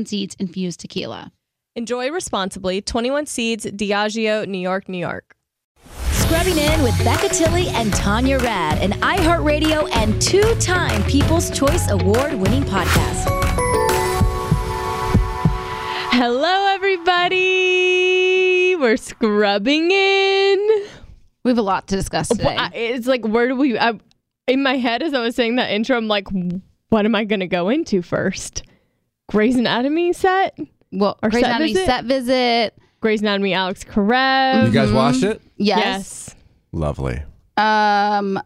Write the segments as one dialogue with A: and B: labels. A: Seeds infused tequila.
B: Enjoy responsibly. 21 Seeds, Diageo, New York, New York.
C: Scrubbing in with Becca Tilly and Tanya Rad, an iHeartRadio and two time People's Choice Award winning podcast.
B: Hello, everybody. We're scrubbing in.
A: We have a lot to discuss today.
B: I- It's like, where do we? I, in my head, as I was saying that intro, I'm like, what am I going to go into first? Grey's Anatomy set?
A: well,
B: our
A: Grey's
B: set
A: Anatomy
B: visit?
A: set visit.
B: Grey's Anatomy, Alex Karev.
D: You guys watched it?
A: Yes.
B: yes.
D: Lovely.
A: Um,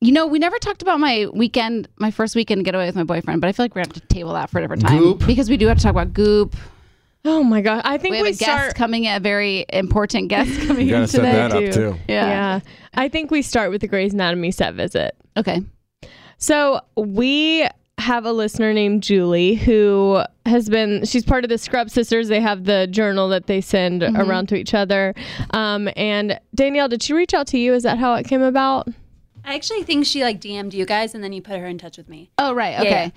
A: you know, we never talked about my weekend, my first weekend getaway with my boyfriend, but I feel like we're gonna have to table that for a different time
D: Goop.
A: because we do have to talk about Goop.
B: Oh my god! I think
A: We
B: we,
A: have a guest
B: start.
A: coming, a very important guest coming
D: You
A: in
D: gotta set
A: today.
D: that
B: do.
D: up too.
A: Yeah.
B: yeah, I think we start with the Grey's Anatomy set visit.
A: Okay.
B: So we have a listener named Julie who has been she's part of the Scrub Sisters. They have the journal that they send around to each other. Um, and Danielle, did she reach out to you? Is that how it came about?
E: I actually think she like DM'd you guys and then you put her in touch with me.
A: Oh right. Okay.
E: yeah.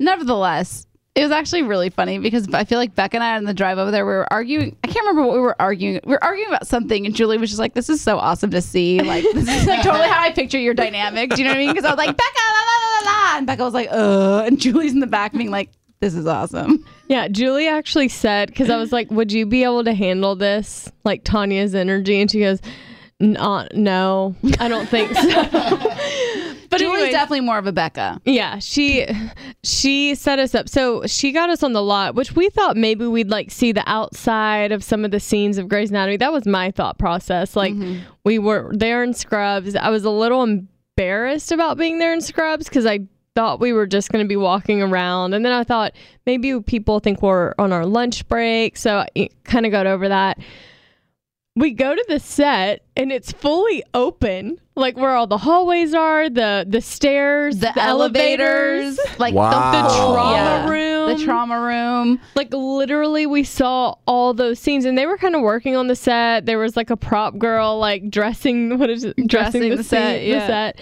A: Nevertheless, it was actually really funny because I feel like Beck and I on the drive over there we were arguing. I can't remember what we were arguing. We were arguing about something, and Julie was just like, "This is so awesome to see. Like this is like totally how I picture your dynamic. Do you know what I mean?" Because I was like, "Becca, la la la la," and Becca was like, "Uh," and Julie's in the back being like, "This is awesome."
B: Yeah, Julie actually said because I was like, "Would you be able to handle this?" Like Tanya's energy, and she goes, "N- uh, "No, I don't think so."
A: But Julie's
B: anyways-
A: definitely more of a Becca.
B: Yeah, she she set us up. So she got us on the lot, which we thought maybe we'd like see the outside of some of the scenes of Grey's Anatomy. That was my thought process. Like we were there in scrubs. I was a little embarrassed about being there in scrubs because I thought we were just going to be walking around, and then I thought maybe people think we're on our lunch break. So I kind of got over that. We go to the set and it's fully open, like where all the hallways are, the the stairs,
A: The, elevators, like
D: Wow.
A: the
B: the
D: Oh.
B: trauma
A: Yeah.
B: room. room.
F: the trauma room.
B: Like literally, we saw all those scenes, and they were kind of working on the set. There was like a prop girl, like dressing what is it? dressing, the, set,
F: yeah.
B: the set,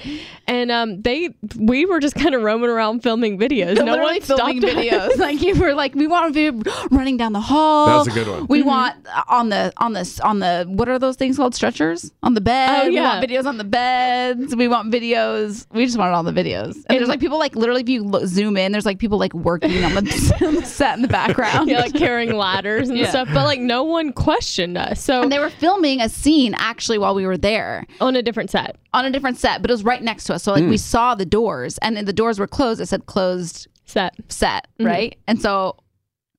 B: and um, they we were just kind of roaming around filming videos. No
F: Literally
B: one stopped
F: filming
B: us.
F: videos. Like you were like, we want to be running down the hall.
G: That was a good one.
B: Mm-hmm.
F: We want uh, on the on this on the what are those things called stretchers on the bed.
B: Oh, yeah.
F: We want videos on the beds. We want videos. We just wanted all the videos. And, there's like people like literally if you look, zoom in, there's like people like working on the, on the set in the background.
B: yeah, like carrying ladders and stuff. But like no one questioned us. So
F: and they were filming a scene actually while we were there.
B: on a different set.
F: on a different set, but it was right next to us. So like we saw the doors, and the doors were closed. It said closed
B: Set.
F: set,
B: Mm-hmm.
F: right? And so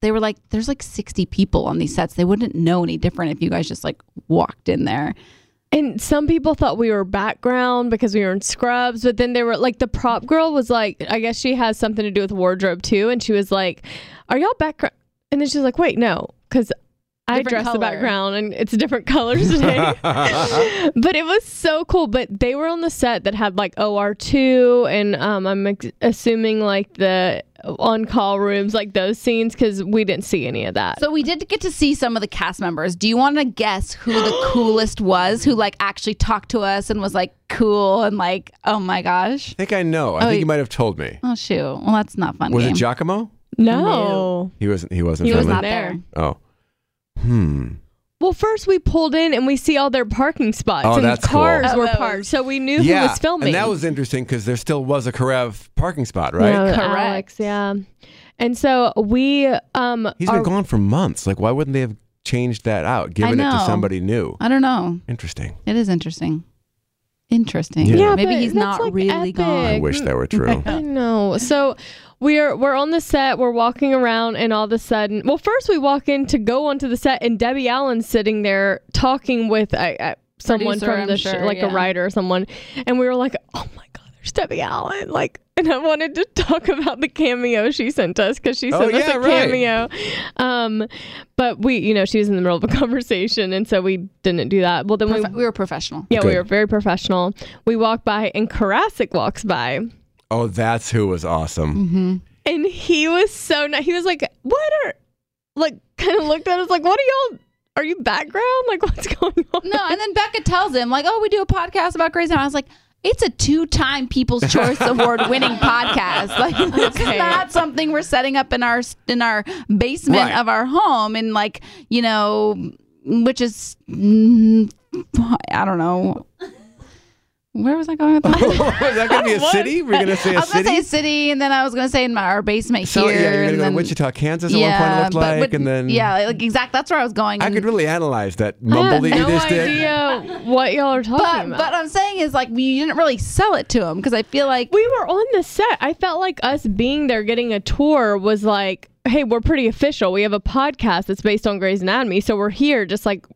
F: they were like, "There's like 60 people on these sets. They wouldn't know any different if you guys just like walked in there."
B: And some people thought we were background because we were in scrubs, but then they were like the prop girl was like, I guess she has something to do with wardrobe too, and she was like, "Are y'all background?" And then she's like, "Wait, no, because I
F: Different
B: dress the
F: color.
B: background and it's different colors today." but it was so cool. But they were on the set that had like OR two, and um, I'm ex- assuming like the on call rooms, like those scenes, because we didn't see any of that.
F: So we did get to see some of the cast members. Do you want to guess who the coolest was? Who like actually talked to us and was like cool and like, "Oh my gosh."
G: I think I know. I think you might have told me.
F: Oh shoot! Well, that's not fun.
G: Was
F: game.
G: it Giacomo?
B: no.
G: He wasn't. He wasn't.
F: He was
G: friendly?
F: not there.
G: Oh. Hmm.
B: Well, first we pulled in and we see all their parking spots
G: Oh,
B: and
G: that's cool.
B: cars
F: Oh,
B: were
F: those.
B: parked, so we knew
G: yeah.
B: who was filming.
G: And that was interesting because there still was a Karev parking spot, right?
B: Yeah,
F: Correct.
B: Alex, yeah. And so we um
G: He's been
B: are-
G: gone for months. Like, why wouldn't they have changed that out, given it to
F: know.
G: somebody new?
F: I don't know.
G: Interesting.
F: It is interesting. Interesting.
G: Yeah.
B: Yeah,
F: Maybe
B: but
F: he's
B: that's,
F: not
B: like,
F: really
B: epic.
G: I
B: Like,
F: gone.
G: wish that were true.
F: Oh.
B: I know. So we're we're on the set, we're walking around and all of a sudden well first we walk in to go onto the set and Debbie Allen's sitting there talking with uh, uh, someone
F: Producer,
B: from
F: I'm
B: the sh-
F: sure,
B: like a
F: yeah.
B: writer or someone and we were like, "Oh my god, there's Debbie Allen." Like and I wanted to talk about the cameo she sent us cuz she sent
G: Oh,
B: us
G: yeah,
B: a
G: right.
B: cameo. Um but we, you know, she was in the middle of a conversation and so we didn't do that. Well, then we
F: Profe- we were professional.
B: yeah, we
G: Good.
B: were very professional. We walk by and Karasik walks by.
G: Oh, that's who was awesome.
A: Mm-hmm.
B: And he was so nice. He was like, What are like kind of looked at us like, What are y'all are you background? Like what's going on?
F: No, and then Becca tells him, like, oh, we do a podcast about Grey's Anatomy. I was like, it's a two-time People's Choice Award-winning podcast. Like, it's not something we're setting up in our in our basement
G: Right.
F: of our home, and like, you know, which is, mm, I don't know, where was I going with that?
G: is that going to be a city? We're going to say
F: I
G: a
F: was gonna say
G: city?
F: city, and then I was gonna say in my, our basement
G: So,
F: here.
G: yeah, you're going to
F: and
G: go
F: then,
G: to Wichita, Kansas at one point, it looked
F: but-
G: like.
F: but-
G: and then
F: yeah, like exact. That's where I was going.
G: I
F: and-
G: could really analyze that mumble that you
B: no
G: just did.
B: idea what y'all are talking
F: but
B: about.
F: but I'm saying is like we didn't really sell it to him because I feel like
B: we were on the set. I felt like us being there getting a tour was like, hey, we're pretty official. We have a podcast that's based on Grey's Anatomy, so we're here just like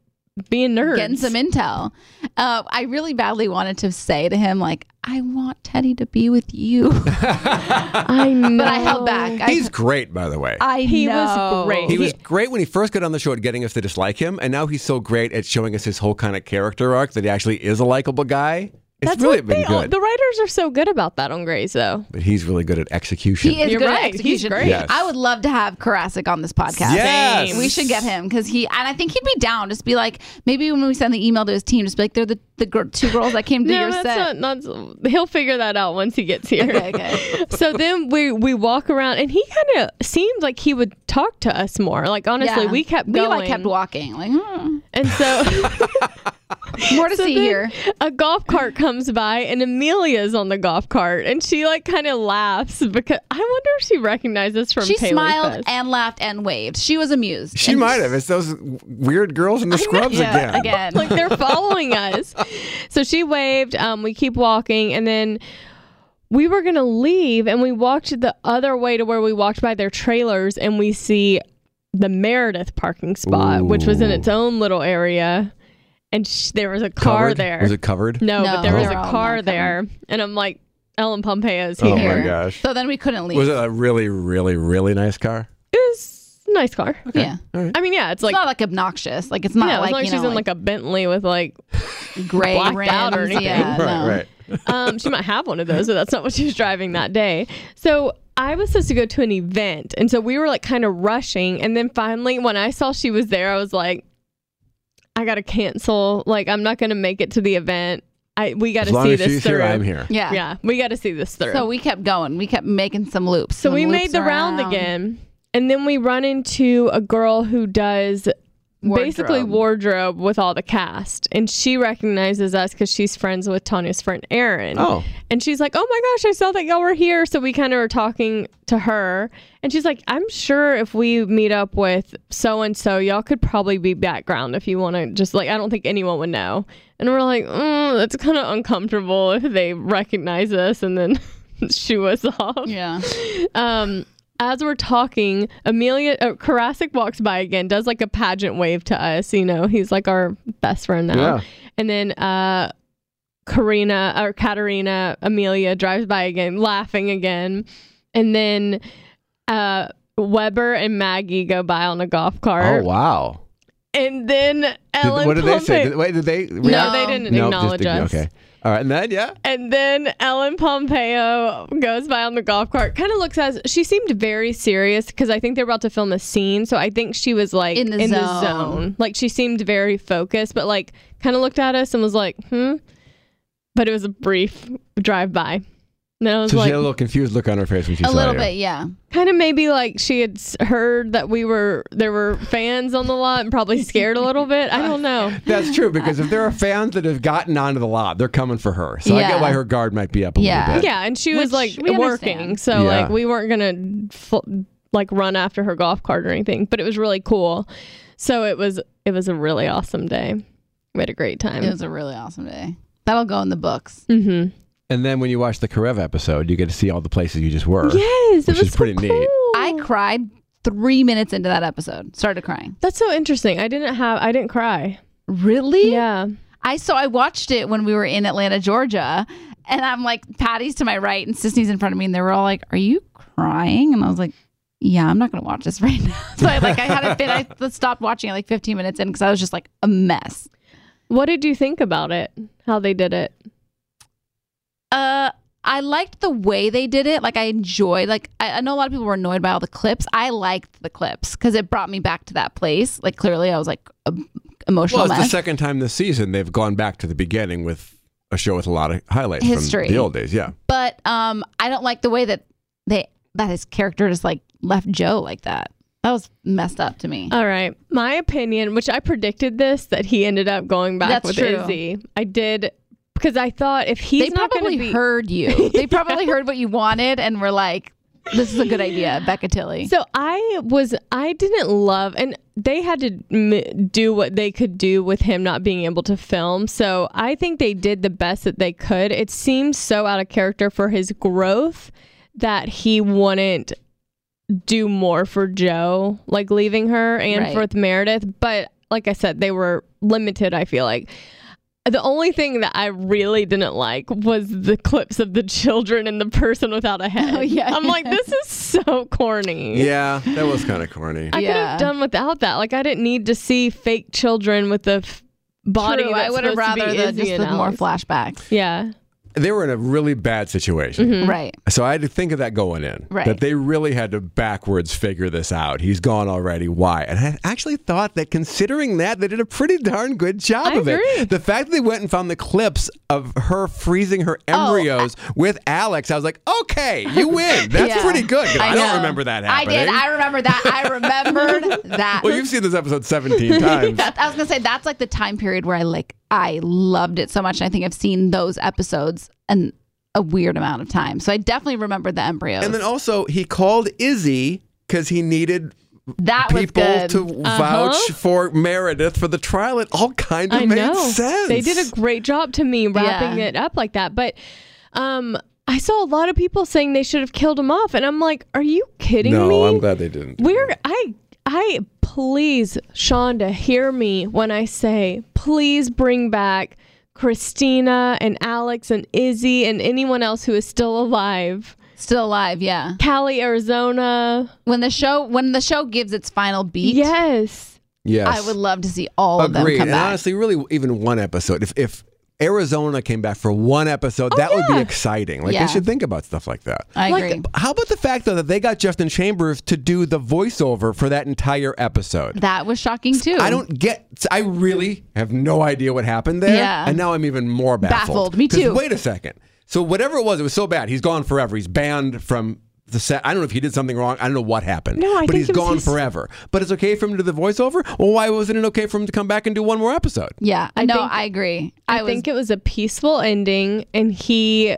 B: being nerds.
F: getting some intel. Uh, I really badly wanted to say to him like I want Teddy to be with you, but
B: I know.
F: I held back. I,
G: He's great, by the way.
F: I
B: He was
F: know.
B: great.
G: He was great when he first got on the show at getting us to dislike him, and now he's so great at showing us his whole kind of character arc that he actually is a likable guy. It's
B: That's
G: really
B: what
G: been
B: they all-
G: good.
B: the writers are so good about that on Grey's, though.
G: but he's really good at execution.
F: He is
B: You're
F: good
B: right.
F: at
B: He's
F: execution.
B: great.
G: Yes.
F: I would love to have Karasik on this podcast.
G: Yes. Same.
F: We should get him because he, and I think he'd be down. Just be like, maybe when we send the email to his team, just be like, they're the, the gir- two girls that came to
B: No,
F: your
B: that's
F: set.
B: not, not. He'll figure that out once he gets here.
F: okay, okay.
B: so then we we walk around, and he kind of seemed like he would talk to us more. Like honestly,
F: Yeah.
B: we kept
F: we
B: going.
F: like kept walking. Like, hmm.
B: and so.
F: more to
B: So
F: see
B: then
F: here.
B: A golf cart comes by and Amelia's on the golf cart and she like kind of laughs because I wonder if she recognized us from
F: She
B: Paley
F: smiled
B: Fest.
F: and laughed and waved. She was amused.
G: she
F: And-
G: might have. It's those weird girls in the scrubs
F: Yeah,
G: again.
F: again.
B: like they're following us. So she waved. Um, we keep walking and then we were gonna leave and we walked the other way to where we walked by their trailers and we see the Meredith parking spot, which was in its own little area. And sh- there was a car
G: Covered?
B: there.
G: Was it covered?
B: No,
F: No,
B: but there was
F: they're
B: a
F: all
B: car
F: not
B: there, and I'm like, Ellen Pompeo is
G: Oh
B: here.
G: my gosh.
F: So then we couldn't leave.
G: Was it a really, really, really nice car?
B: It was a nice car.
F: Yeah.
B: I mean, yeah, it's
F: It's
B: like.
F: not like obnoxious. Like it's not
B: yeah, as
F: like,
B: long as
F: you
B: she's
F: know,
B: in
F: like,
B: like a Bentley with like,
F: gray
B: blacked out or
F: rims.
B: anything.
F: Yeah, no.
G: Right, right.
B: um, she might have one of those, but that's not what she was driving that day. So I was supposed to go to an event, and so we were like kind of rushing. And then finally, when I saw she was there, I was like, I gotta cancel. Like, I'm not gonna make it to the event. I we gotta
D: As long
B: see
D: as
B: this
D: she's
B: through.
D: here, I'm here.
A: Yeah.
B: Yeah. we gotta see this through.
A: So we kept going. We kept making some loops.
B: So
A: and
B: we
A: loops
B: made the round
A: around.
B: again, and then we run into a girl who does basically wardrobe with all the cast, and she recognizes us because she's friends with Tanya's friend Erin.
D: Oh.
B: and she's like, "Oh my gosh, I saw that y'all were here." So we kind of were talking to her, and she's like, "I'm sure if we meet up with so and so, y'all could probably be background if you want to just like I don't think anyone would know." And we're like, mm, "That's kind of uncomfortable if they recognize us and then." shoo us off
A: Yeah.
B: um, as we're talking, Amelia uh, Karasik walks by again, does like a pageant wave to us. You know, he's like our best friend now.
D: Yeah.
B: And then uh, Karina or Katarina Amelia drives by again, laughing again. And then uh, Weber and Maggie go by on a golf
D: Oh
B: cart.
D: wow.
B: And then
D: Did,
B: Ellen
D: what did they say?
B: Pompey-
D: Did, wait, did they?
B: No,
A: No.
B: they didn't
D: Nope, just
B: acknowledge
D: ign-
B: us.
D: Okay. All right, and then yeah.
B: And then Ellen Pompeo goes by on the golf cart, kind of looks as she seemed very serious because I think they're about to film a scene. So I think she was like
A: In the zone.
B: Like she seemed very focused, but like kind of looked at us and was like, hmm. But it was a brief drive by. And I was
D: So she
B: like,
D: had a little confused look on her face when she
A: A
D: saw
A: little
D: you.
A: bit, yeah.
B: kind of maybe like she had s- heard that we were, there were fans on the lot and probably scared a little bit. I don't know.
D: That's true because if there are fans that have gotten onto the lot, they're coming for her. So I
A: Yeah.
D: get why her guard might be up a
A: Yeah.
D: little bit.
B: Yeah, and she was
A: Which
B: like
A: we
B: working,
A: understand.
B: so
D: Yeah.
B: like we weren't gonna fl- like run after her golf cart or anything. But it was really cool. So it was it was a really awesome day. We had a great time.
A: It was a really awesome day. That'll go in the books.
B: mm-hmm.
D: And then when you watch the Karev episode, you get to see all the places you just were.
B: Yes,
D: Which
B: it was
D: is
B: so
D: pretty neat.
B: cool.
A: I cried three minutes into that episode. Started crying.
B: That's so interesting. I didn't have I didn't cry.
A: Really?
B: Yeah.
A: I so I watched it when we were in Atlanta, Georgia, and I'm like Patty's to my right and Sisney's in front of me, and they were all like, "Are you crying?" And I was like, "Yeah, I'm not gonna watch this right now." so I like I had a fit. I stopped watching it like 15 minutes in because I was just like a mess.
B: What did you think about it? How they did it?
A: Uh, I liked the way they did it. Like I enjoyed. Like I, I know a lot of people were annoyed by all the clips. I liked the clips because it brought me back to that place. Like clearly, I was like a emotional
D: Well, it's the
A: mess.
D: second time this season they've gone back to the beginning with a show with a lot of highlights
A: History.
D: from the old days. Yeah.
A: but um, I don't like the way that they that his character just like left Joe like that. That was messed up to me.
B: All right. My opinion, which I predicted this, that he ended up going back
A: That's
B: with
A: true.
B: Izzy. I did because I thought if
A: they
B: he's not gonna
A: probably
B: be-
A: heard you. They probably heard what you wanted and were like, "This is a good idea, Becca Tilly."
B: So I was I didn't love and they had to m- do what they could do with him not being able to film. So I think they did the best that they could. It seems so out of character for his growth that he wouldn't do more for Joe, like leaving her and
A: Right.
B: for with Meredith, but like I said, they were limited, I feel like. The only thing that I really didn't like was the clips of the children and the person without a head.
A: Oh, yeah.
B: I'm like, this is so corny.
D: Yeah, that was kind of corny.
B: I could
A: Yeah.
B: have done without that. Like I didn't need to see fake children with the f- body.
A: True, I
B: that's
A: would have
B: supposed to be
A: rather the,
B: Izzy
A: just
B: and
A: the more
B: Alex.
A: flashbacks.
B: Yeah,
D: They were in a really bad
F: Mm-hmm.
D: situation.
B: Mm-hmm.
A: Right.
D: So I had to think of that going in.
A: Right.
D: That they really had to backwards figure this out. He's gone already. Why? And I actually thought that considering that, they did a pretty darn good job
B: I
D: of
B: agree.
D: it. The fact that they went and found the clips of her freezing her
A: Oh.
D: embryos with Alex, I was like, okay, you win. That's
A: Yeah.
D: pretty good. 'cause I,
A: know.
D: don't remember that
A: I
D: happening.
A: did. I remember that. I remembered that.
D: well, you've seen this episode 17 times.
A: That- I was gonna say that's like the time period where I like I loved it so much. And I think I've seen those episodes and a weird amount of time, so I definitely remembered the embryos.
D: And then also, he called Izzy because he needed
A: that was
D: people
A: good.
D: to vouch for Meredith for the trial. It all kind of
B: Uh-huh. I
D: made
B: know.
D: sense.
B: They did a great job to me wrapping
A: Yeah.
B: it up like that, but um, I saw a lot of people saying they should have killed him off, and I'm like, are you kidding
D: no,
B: me?
D: I'm glad they didn't.
B: We're I I please Shonda hear me when I say please bring back Christina and Alex and Izzy and anyone else who is still alive.
A: Still alive, yeah.
B: Cali, Arizona.
A: When the show when the show gives its final beat,
B: Yes.
D: Yes,
A: I would love to see all of them
D: Agreed.
A: come
D: and
A: back.
D: honestly, really, even one episode. If if
F: Arizona came back for one episode. that would be exciting. Like
A: Oh, Yeah.
F: they should think about stuff like that.
A: I agree.
F: How about the fact though that they got Justin Chambers to do the voiceover for that entire episode?
A: that was shocking too.
F: I don't get. I really have no idea what happened there.
A: Yeah.
F: And now I'm even more baffled.
A: Baffled. Me
F: 'Cause
A: too.
F: Wait a second. So whatever it was, it was so bad. He's gone forever. He's banned from the set. I don't know if he did something wrong. I don't know what happened.
B: No, I
F: but
B: think
F: he's
B: it was
F: gone
B: his-
F: forever. But it's okay for him to do the voiceover. Well, why wasn't it okay for him to come back and do one more episode?
A: Yeah, I know.
B: think-
A: I agree.
B: I,
A: I, was.
B: think it was a peaceful ending, and he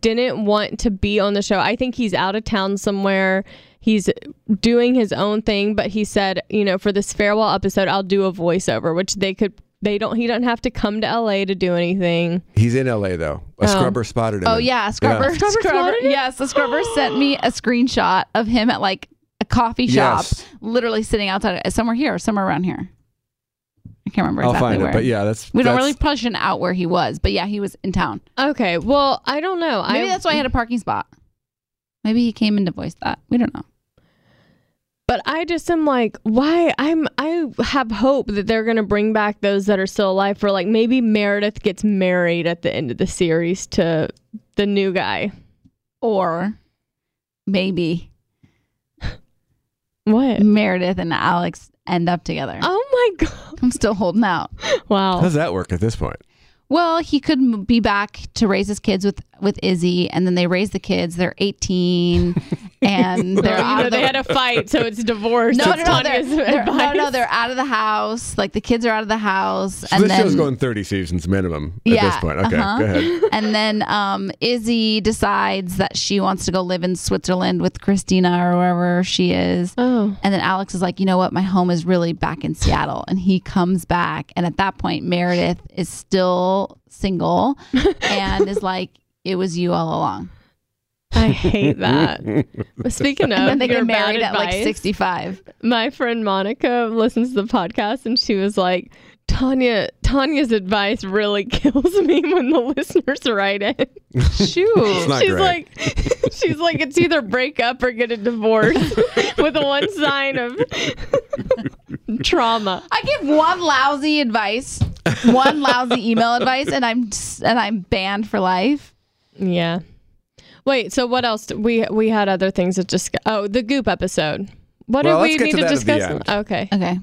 B: didn't want to be on the show. I think he's out of town somewhere. He's doing his own thing, but he said, you know, for this farewell episode, I'll do a voiceover, which they could. They don't. He doesn't have to come to LA to do anything.
F: He's in LA though. A scrubber spotted him.
A: oh yeah, scrubber.
B: Scrubber spotted it?
A: Yes, the scrubber sent me a screenshot of him at like a coffee shop,
F: Yes.
A: literally sitting outside uh, somewhere here, somewhere around here. I can't remember.
F: I'll
A: exactly
F: find
A: where.
F: it. But yeah, that's
A: we don't
F: that's-
A: really probably shouldn't out where he was, but yeah, he was in town.
B: Okay. Well, I don't know.
A: Maybe
B: I,
A: that's why he had a parking spot. Maybe he came in to voice that. We don't know.
B: But I just am like, why? I'm I have hope that they're gonna bring back those that are still alive for like maybe Meredith gets married at the end of the series to the new guy.
A: Or maybe
B: What?
A: Meredith and Alex end up together.
B: Oh my god!
A: I'm still holding out.
F: How
B: Wow.
F: does that work at this point?
A: Well, he could m- be back to raise his kids with with Izzy, and then they raise the kids. They're 18, and they're
B: Well, you
A: out
B: know,
A: of the,
B: they had a fight, so it's divorce.
A: no, no,
B: That's
A: no, they're,
B: Tanya's
A: they're- no,
B: advice.
A: no, they're out of the house. Like the kids are out of the house,
F: So
A: and
F: this
A: then
F: show's going 30 seasons minimum at this
A: Yeah,
F: point. Okay,
A: uh-huh.
F: go ahead.
A: and then um, Izzy decides that she wants to go live in Switzerland with Christina or wherever she is.
B: Oh.
A: And then Alex is like, you know what? My home is really back in Seattle. And he comes back. And at that point, Meredith is still single and is like, it was you all along.
B: I hate that. But Speaking of,
A: And then they
B: your
A: get
B: bad
A: married at like
B: advice,
A: 65.
B: my friend Monica listens to the podcast and she was like, Tanya, Tanya's advice really kills me when the listeners write it. Shoot.
F: not
B: she's
F: great.
B: like, she's like, it's either break up or get a divorce with the one sign of trauma.
A: I give one lousy advice, one lousy email advice, and I'm and I'm banned for life.
B: Yeah. Wait, so what else? did- We we had other things to discuss. Oh, the Goop episode. What
F: Well,
B: do we
F: let's get
B: need to,
F: to that at the
B: discuss?
F: end.
B: Okay.
A: Okay.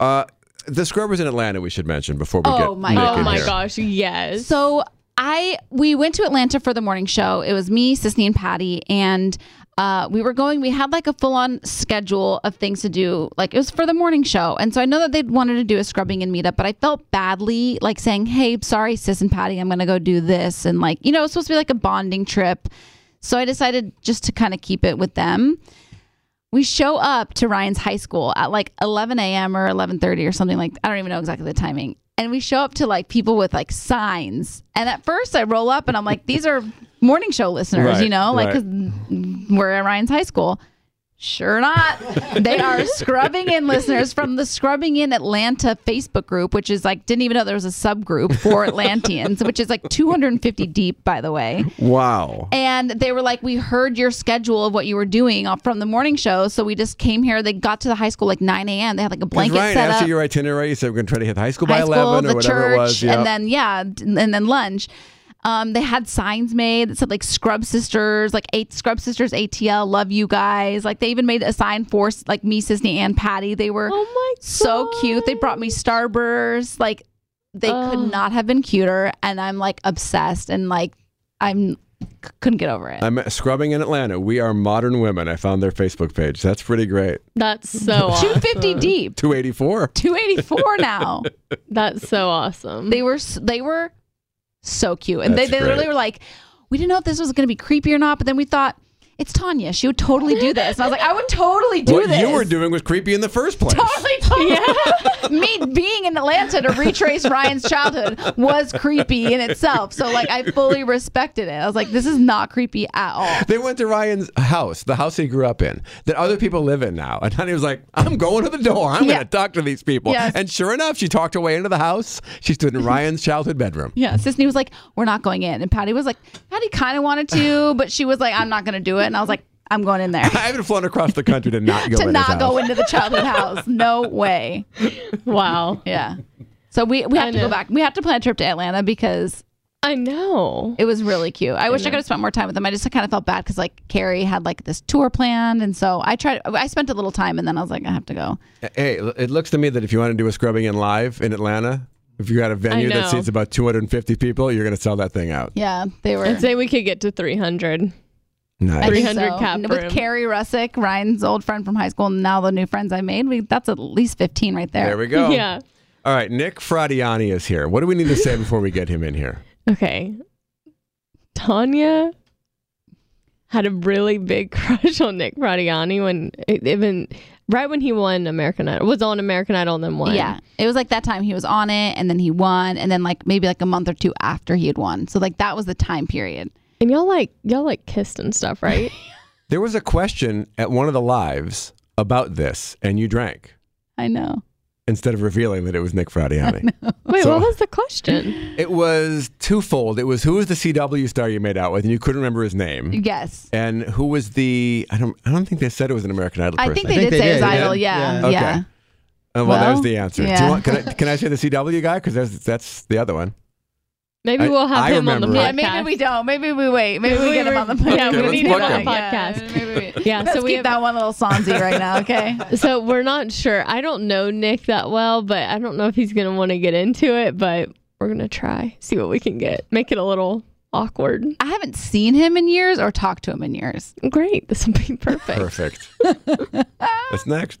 F: Uh, the scrubbers in Atlanta, we should mention before we
A: Oh
F: get.
A: my
F: Nick
A: God.
B: Oh
F: in
B: my
F: here.
B: gosh, yes.
A: So I we went to Atlanta for the morning show. It was me, Sisney, and Patty, and uh, we were going. We had like a full on schedule of things to do. Like it was for the morning show, and so I know that they wanted to do a scrubbing and meetup, but I felt badly like saying, "Hey, sorry, Sis and Patty, I'm going to go do this," and like you know, it's supposed to be like a bonding trip. So I decided just to kind of keep it with them we show up to Ryan's high school at like 11 a.m. or 11:30 or something like I don't even know exactly the timing. And we show up to like people with like signs. And at first, I roll up and I'm like, these are morning show listeners,
F: Right,
A: you know, like
F: right.
A: 'cause we're at Ryan's high school. Sure not. They are scrubbing in listeners from the Scrubbing in Atlanta Facebook group, which is like didn't even know there was a subgroup for Atlanteans, which is like 250 deep, by the way.
F: Wow.
A: And they were like, We heard your schedule of what you were doing off- from the morning show. So we just came here. They got to the high school like 9 a.m. They had like a
F: Because
A: blanket
F: Ryan
A: set up.
F: asked you your itinerary. You said we're going to try to hit the high school by
A: high school,
F: 11 or
A: the
F: whatever
A: church,
F: it was. Yep.
A: and then, yeah, d- and then lunch. Um, they had signs made that said like Scrub Sisters, like eight Scrub Sisters ATL, love you guys. Like they even made a sign for s- like me, Sisney, and Patty. They were
B: oh my god.
A: so cute. They brought me Starburst. Like they could not have been cuter. And I'm like obsessed and like I'm c- couldn't get over it.
F: I'm at scrubbing in Atlanta. We are modern women. I found their Facebook page. That's pretty great.
B: That's so awesome.
A: 250 deep
F: 284.
A: 284 now
B: That's so awesome.
A: they were s- they were so cute and they,
F: That's
A: they literally
F: great.
A: were like we didn't know if this was going to be creepy or not but then we thought it's tanya she would totally do this and i was like i would totally do
F: what
A: this
F: you were doing was creepy in the first place.
A: Totally, totally. Me being in Atlanta to retrace Ryan's childhood was creepy in itself. So, like, I fully respected it. I was like, this is not creepy at all.
F: They went to Ryan's house, the house he grew up in, that other people live in now. And Honey was like, I'm going to the door. I'm
A: Yeah.
F: going to talk to these people.
A: Yes.
F: And sure enough, she talked her way into the house. She stood in Ryan's childhood bedroom.
A: Yeah, Sisney was like, "We're not going in," and Patty was like, "Patty kind of wanted to, but she was like, I'm not going to do it," and I was like, "I'm going in there
F: I haven't flown across the country to not go in
A: to
F: his
A: not go
F: house.
A: into the childhood house. No way."
B: wow.
A: Yeah. So we we have
B: I
A: to go
B: know.
A: back. We have to plan a trip to Atlanta because
H: I know.
A: It was really cute. I wish I could have spent more time with them. I just kind of felt bad because like Carrie had like this tour planned, and so I tried. I spent a little time, and then I was like, I have to go.
F: Hey, l- it looks to me that if you want to do a scrubbing in live in Atlanta, if you got a venue
H: know.
F: that seats about 250 people, you're going to sell that thing out.
A: Yeah, they were.
H: I'd say we could get to 300.
F: Nice.
A: I think
H: 300 cap
A: And
H: room.
A: with Carrie Russick, Ryan's old friend from high school, and now the new friends I made. We that's at least fifteen right there.
F: There we go.
H: Yeah.
F: All right, Nick Fradiani is here. What do we need to say before we get him in here?
H: Okay. Tanya had a really big crush on Nick Fradiani when
B: e,
H: even right when he won American Idol was on American Idol and then won.
A: Yeah, it was like that time he was on it, and then he won, and then like maybe like a month or two after he had won. So like that was the time period.
H: And y'all like y'all like kissed and stuff, right?
F: There was a question at one of the lives about this, and you drank
A: I know.
F: instead of revealing that it was Nick Fradiani.
H: Wait,
F: So-
H: what was the question?
F: It was twofold. It was who was the CW star you made out with, and you couldn't remember his
A: Mm-hmm.
F: name,
A: Yes.
F: and who was the I don't I don't think they said it was an American Idol.
A: I
F: Person.
A: think they did say it was Idol. Yeah. Yeah.
F: Okay. Uh, well,
A: Well,
F: there's the answer. Do
A: yeah.
F: you want, can, I, can I say the CW guy? Because that's, that's the other one.
H: Maybe
F: I-
H: we'll have
F: I
H: him on the
F: remember
H: podcast.
F: it.
A: maybe we don't. Maybe we wait. Maybe we,
H: We
A: get him
H: were-
A: on the podcast.
H: yeah,
F: we Okay, need him on the
H: podcast.
A: maybe we-
H: Yeah,
A: Let's
H: so we
A: keep
H: have-
A: that one little Sonzy right now, okay?
H: so we're not sure. I don't know Nick that well, but I don't know if he's gonna want to get into it. But we're gonna try, see what we can get, make it a little awkward.
A: I haven't seen him in years or talked to him in years.
H: Great, this will be perfect.
F: Perfect. That's next.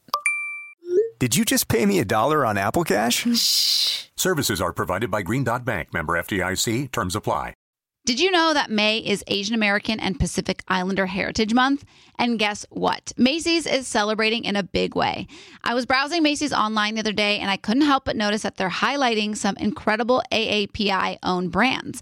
G: Did you just pay me a dollar on Apple Cash?
D: Services are provided by Green Dot Bank, member FDIC. Terms apply.
A: Did you know that May is Asian American and Pacific Islander Heritage Month? And guess what? Macy's is celebrating in a big way. I was browsing Macy's online the other day and I couldn't help but notice that they're highlighting some incredible AAPI owned brands.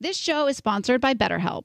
A: This show is sponsored by BetterHelp.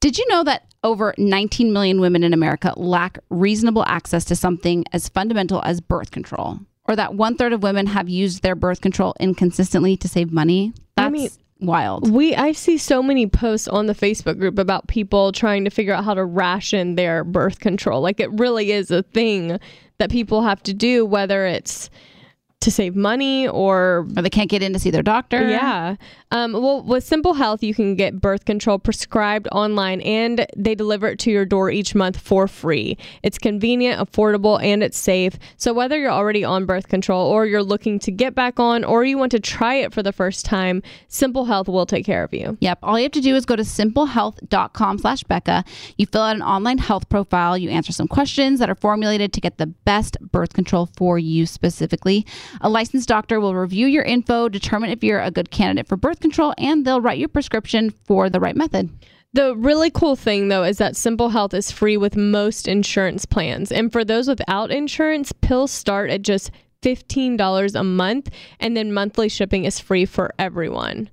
A: Did you know that over 19 million women in America lack reasonable access to something as fundamental as birth control? Or that one third of women have used their birth control inconsistently to save money? That's
B: I mean-
A: wild.
B: We I see so many posts on the Facebook group about people trying to figure out how to ration their birth control. Like it really is a thing that people have to do, whether it's to save money or
A: Or they can't get in to see their doctor.
B: yeah. Um, well, with Simple Health, you can get birth control prescribed online, and they deliver it to your door each month for free. It's convenient, affordable, and it's safe. So whether you're already on birth control, or you're looking to get back on, or you want to try it for the first time, Simple Health will take care of you.
A: Yep. All you have to do is go to simplehealth.com slash Becca. You fill out an online health profile. You answer some questions that are formulated to get the best birth control for you specifically. A licensed doctor will review your info, determine if you're a good candidate for birth control, and they'll write your prescription for the right method.
B: The really cool thing, though, is that Simple Health is free with most insurance plans. And for those without insurance, pills start at just $15 a month, and then monthly shipping is free for everyone.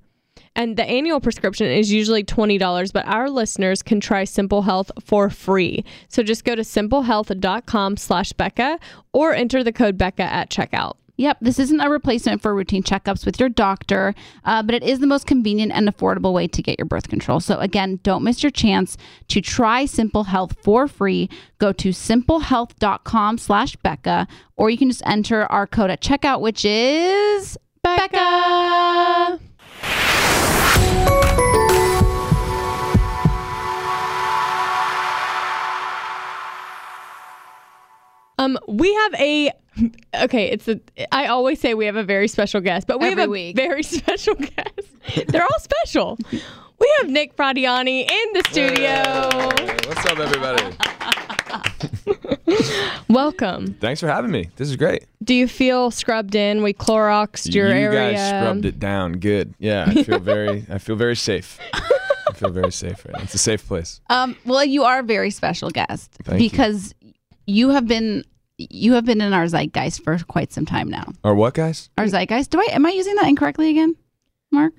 B: And the annual prescription is usually $20, but our listeners can try Simple Health for free. So just go to simplehealth.com slash Becca or enter the code Becca at checkout.
A: Yep, this isn't a replacement for routine checkups with your doctor, uh, but it is the most convenient and affordable way to get your birth control. So, again, don't miss your chance to try Simple Health for free. Go to simplehealth.com slash Becca, or you can just enter our code at checkout, which is Becca.
B: Um, we have a okay. It's a. I always say we have a very special guest, but we
A: Every
B: have a
A: week.
B: very special guest. They're all special. We have Nick Fradiani in the studio.
F: What's up, everybody?
B: Welcome.
F: Thanks for having me. This is great.
B: Do you feel scrubbed in? We Cloroxed your
F: you
B: area.
F: guys scrubbed it down good. Yeah, I feel very, I feel very safe. I feel very safe right now. It's a safe place.
A: Um, well, you are a very special guest
F: Thank you.
A: because you have been you have been in our zeitgeist for quite some time now.
F: Or what, guys?
A: Our zeitgeist. Do I am I using that incorrectly again, Mark?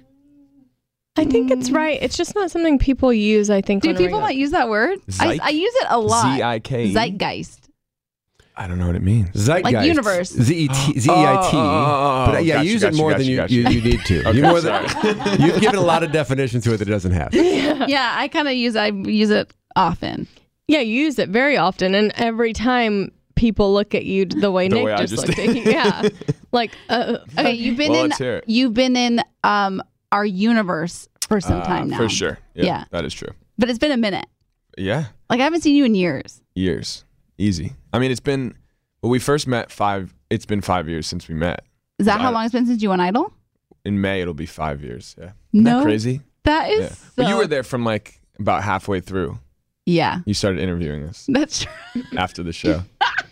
B: I think it's right. It's just not something people use. I think.
A: Do
B: on a
A: people
B: regular-
A: not use that word? I,
F: Zeit?
A: I use it a lot.
F: Z I K. E?
A: Zeitgeist.
F: I don't know what it means.
D: Zeitgeist.
A: Like universe.
D: Z E T. Z E I T.
F: Oh, oh, oh,
D: But uh, yeah,
F: gotcha,
D: use it
F: gotcha,
D: more
F: gotcha,
D: than you,
F: gotcha.
D: you, you need to.
F: Okay,
D: you more than, you've given a lot of definition to it that it doesn't have.
A: yeah, I kind of use I use it often.
B: Yeah, you use it very often, and every time people look at you the way
F: The
B: Nick
F: way I
B: just
F: just
B: looked at you. Yeah, like uh,
A: Okay, you've been
F: Well,
A: in
F: let's hear it.
A: you've been in um our universe for some
F: Uh,
A: time now.
F: For sure. Yeah,
A: Yeah.
F: That is true.
A: But it's been a minute.
F: Yeah.
A: Like I haven't seen you in years.
F: Years. Easy. I mean, it's been, well, we first met five, it's been five years since we met.
A: Is that how
F: I-
A: long it's been since you went idol?
F: In May, it'll be five years. Yeah. Isn't
A: No.
F: that crazy?
A: That is
F: Yeah.
A: so
F: But you were there from like about halfway through.
A: Yeah.
F: You started interviewing us.
A: That's true.
F: after the show.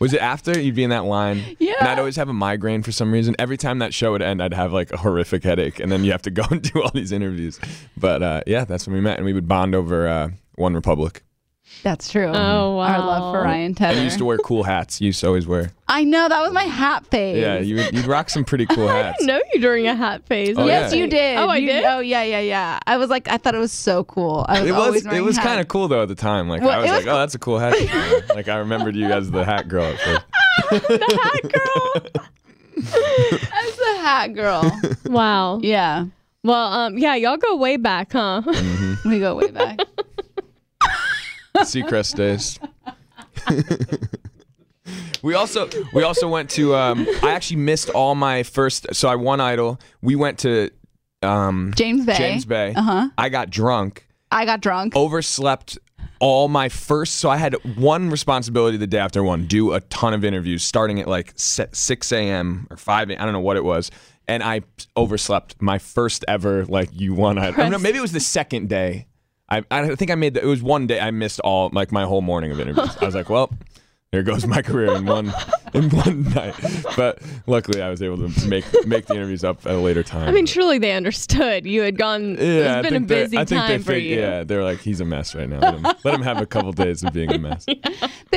F: Was it after? You'd be in that line.
A: Yeah.
F: And I'd always have a migraine for some reason. Every time that show would end, I'd have like a horrific headache. And then you have to go and do all these interviews. But uh, yeah, that's when we met. And we would bond over uh, One Republic.
A: That's true.
B: oh wow,
A: Our love for Ryan
F: And you used to
A: Tether.
F: wear cool hats. You used to always wear.
A: I know that was my hat phase.
F: Yeah, you would, you'd rock some pretty cool
B: I
F: hats.
B: didn't know you during a hot phase.
F: Oh,
A: yes,
F: yeah.
A: you did.
B: Oh, I
A: You-
B: did?
A: Oh, yeah, yeah, yeah. I was like, I thought it was so cool. I was
F: It
A: always
F: was it
A: wearing
F: was
A: hats.
F: kind of cool though at the time. Like
A: Well,
F: I was
A: it was
F: like, oh, that's a cool hat. like I remembered you as the hat girl. At first.
A: That's the hat girl.
B: Wow.
A: yeah,
B: Well, um, yeah, y'all go way back, huh?
A: we go way back.
F: Seacrest days. we also we also went to um, I actually missed all my first so I won Idol. We went to um,
A: James Bay.
F: James Bay. Oh.
A: Uh-huh.
F: I got drunk,
A: I got drunk.
F: overslept all my first. So I had one responsibility the day after one: do a ton of interviews, starting at like se- six a.m. or five. a- I don't know what it was. And I overslept my first ever like you won. I, I don't know, maybe it was the second day. I, I think I made the, it was one day I missed all like my whole morning of interviews. I was like, well, there goes my career in one in one night. But luckily, I was able to make make the interviews up at a later time.
B: I mean, truly, they understood. You had gone.
F: Yeah,
B: it's been
F: I
B: a
F: think they-
B: busy
F: I think
B: time
F: they
B: for
F: fig-
B: you.
F: Yeah, they're like, he's a mess right now. Let him, let him have a couple days of being a mess.
A: They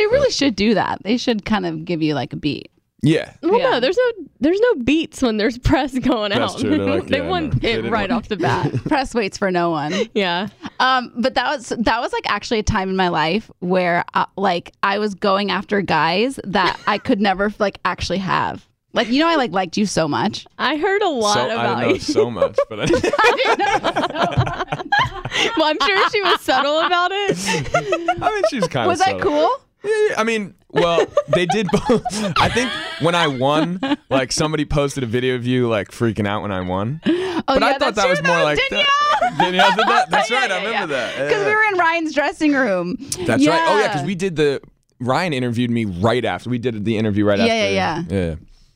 A: really should do that. They should kind of give you like a beat.
F: Yeah.
B: Well,
A: Yeah.
B: no, there's no there's no beats when there's press going
F: That's
B: out.
F: true. They're like,
B: they
F: yeah, no,
B: want
F: they
B: it
F: didn't
B: right
F: want-
B: off the bat.
A: Uh, Press waits for no one.
B: yeah.
A: Um, but that was that was like actually a time in my life where uh, like I was going after guys that I could never like actually have. Like you know, I like liked you so much.
B: I heard a lot
F: So, I
B: about
F: don't know
B: you.
F: so much, but I,
B: well, I'm sure she was subtle about it.
F: I mean, she's kind
A: Was
F: of.
A: I cool?
F: Yeah, I mean, well, they did both. I think when I won, like somebody posted a video of you like freaking out when I won. Oh, but
A: yeah,
F: I thought
A: that's
F: that was
A: true,
F: more
A: that was
F: like
A: Danielle.
F: Danielle did that. That's right. I remember that.
A: Because
F: Yeah.
A: we were in Ryan's dressing room.
F: That's right. Oh yeah, because we did the Ryan interviewed me right after we did the interview right
A: Yeah,
F: after.
A: yeah,
F: yeah,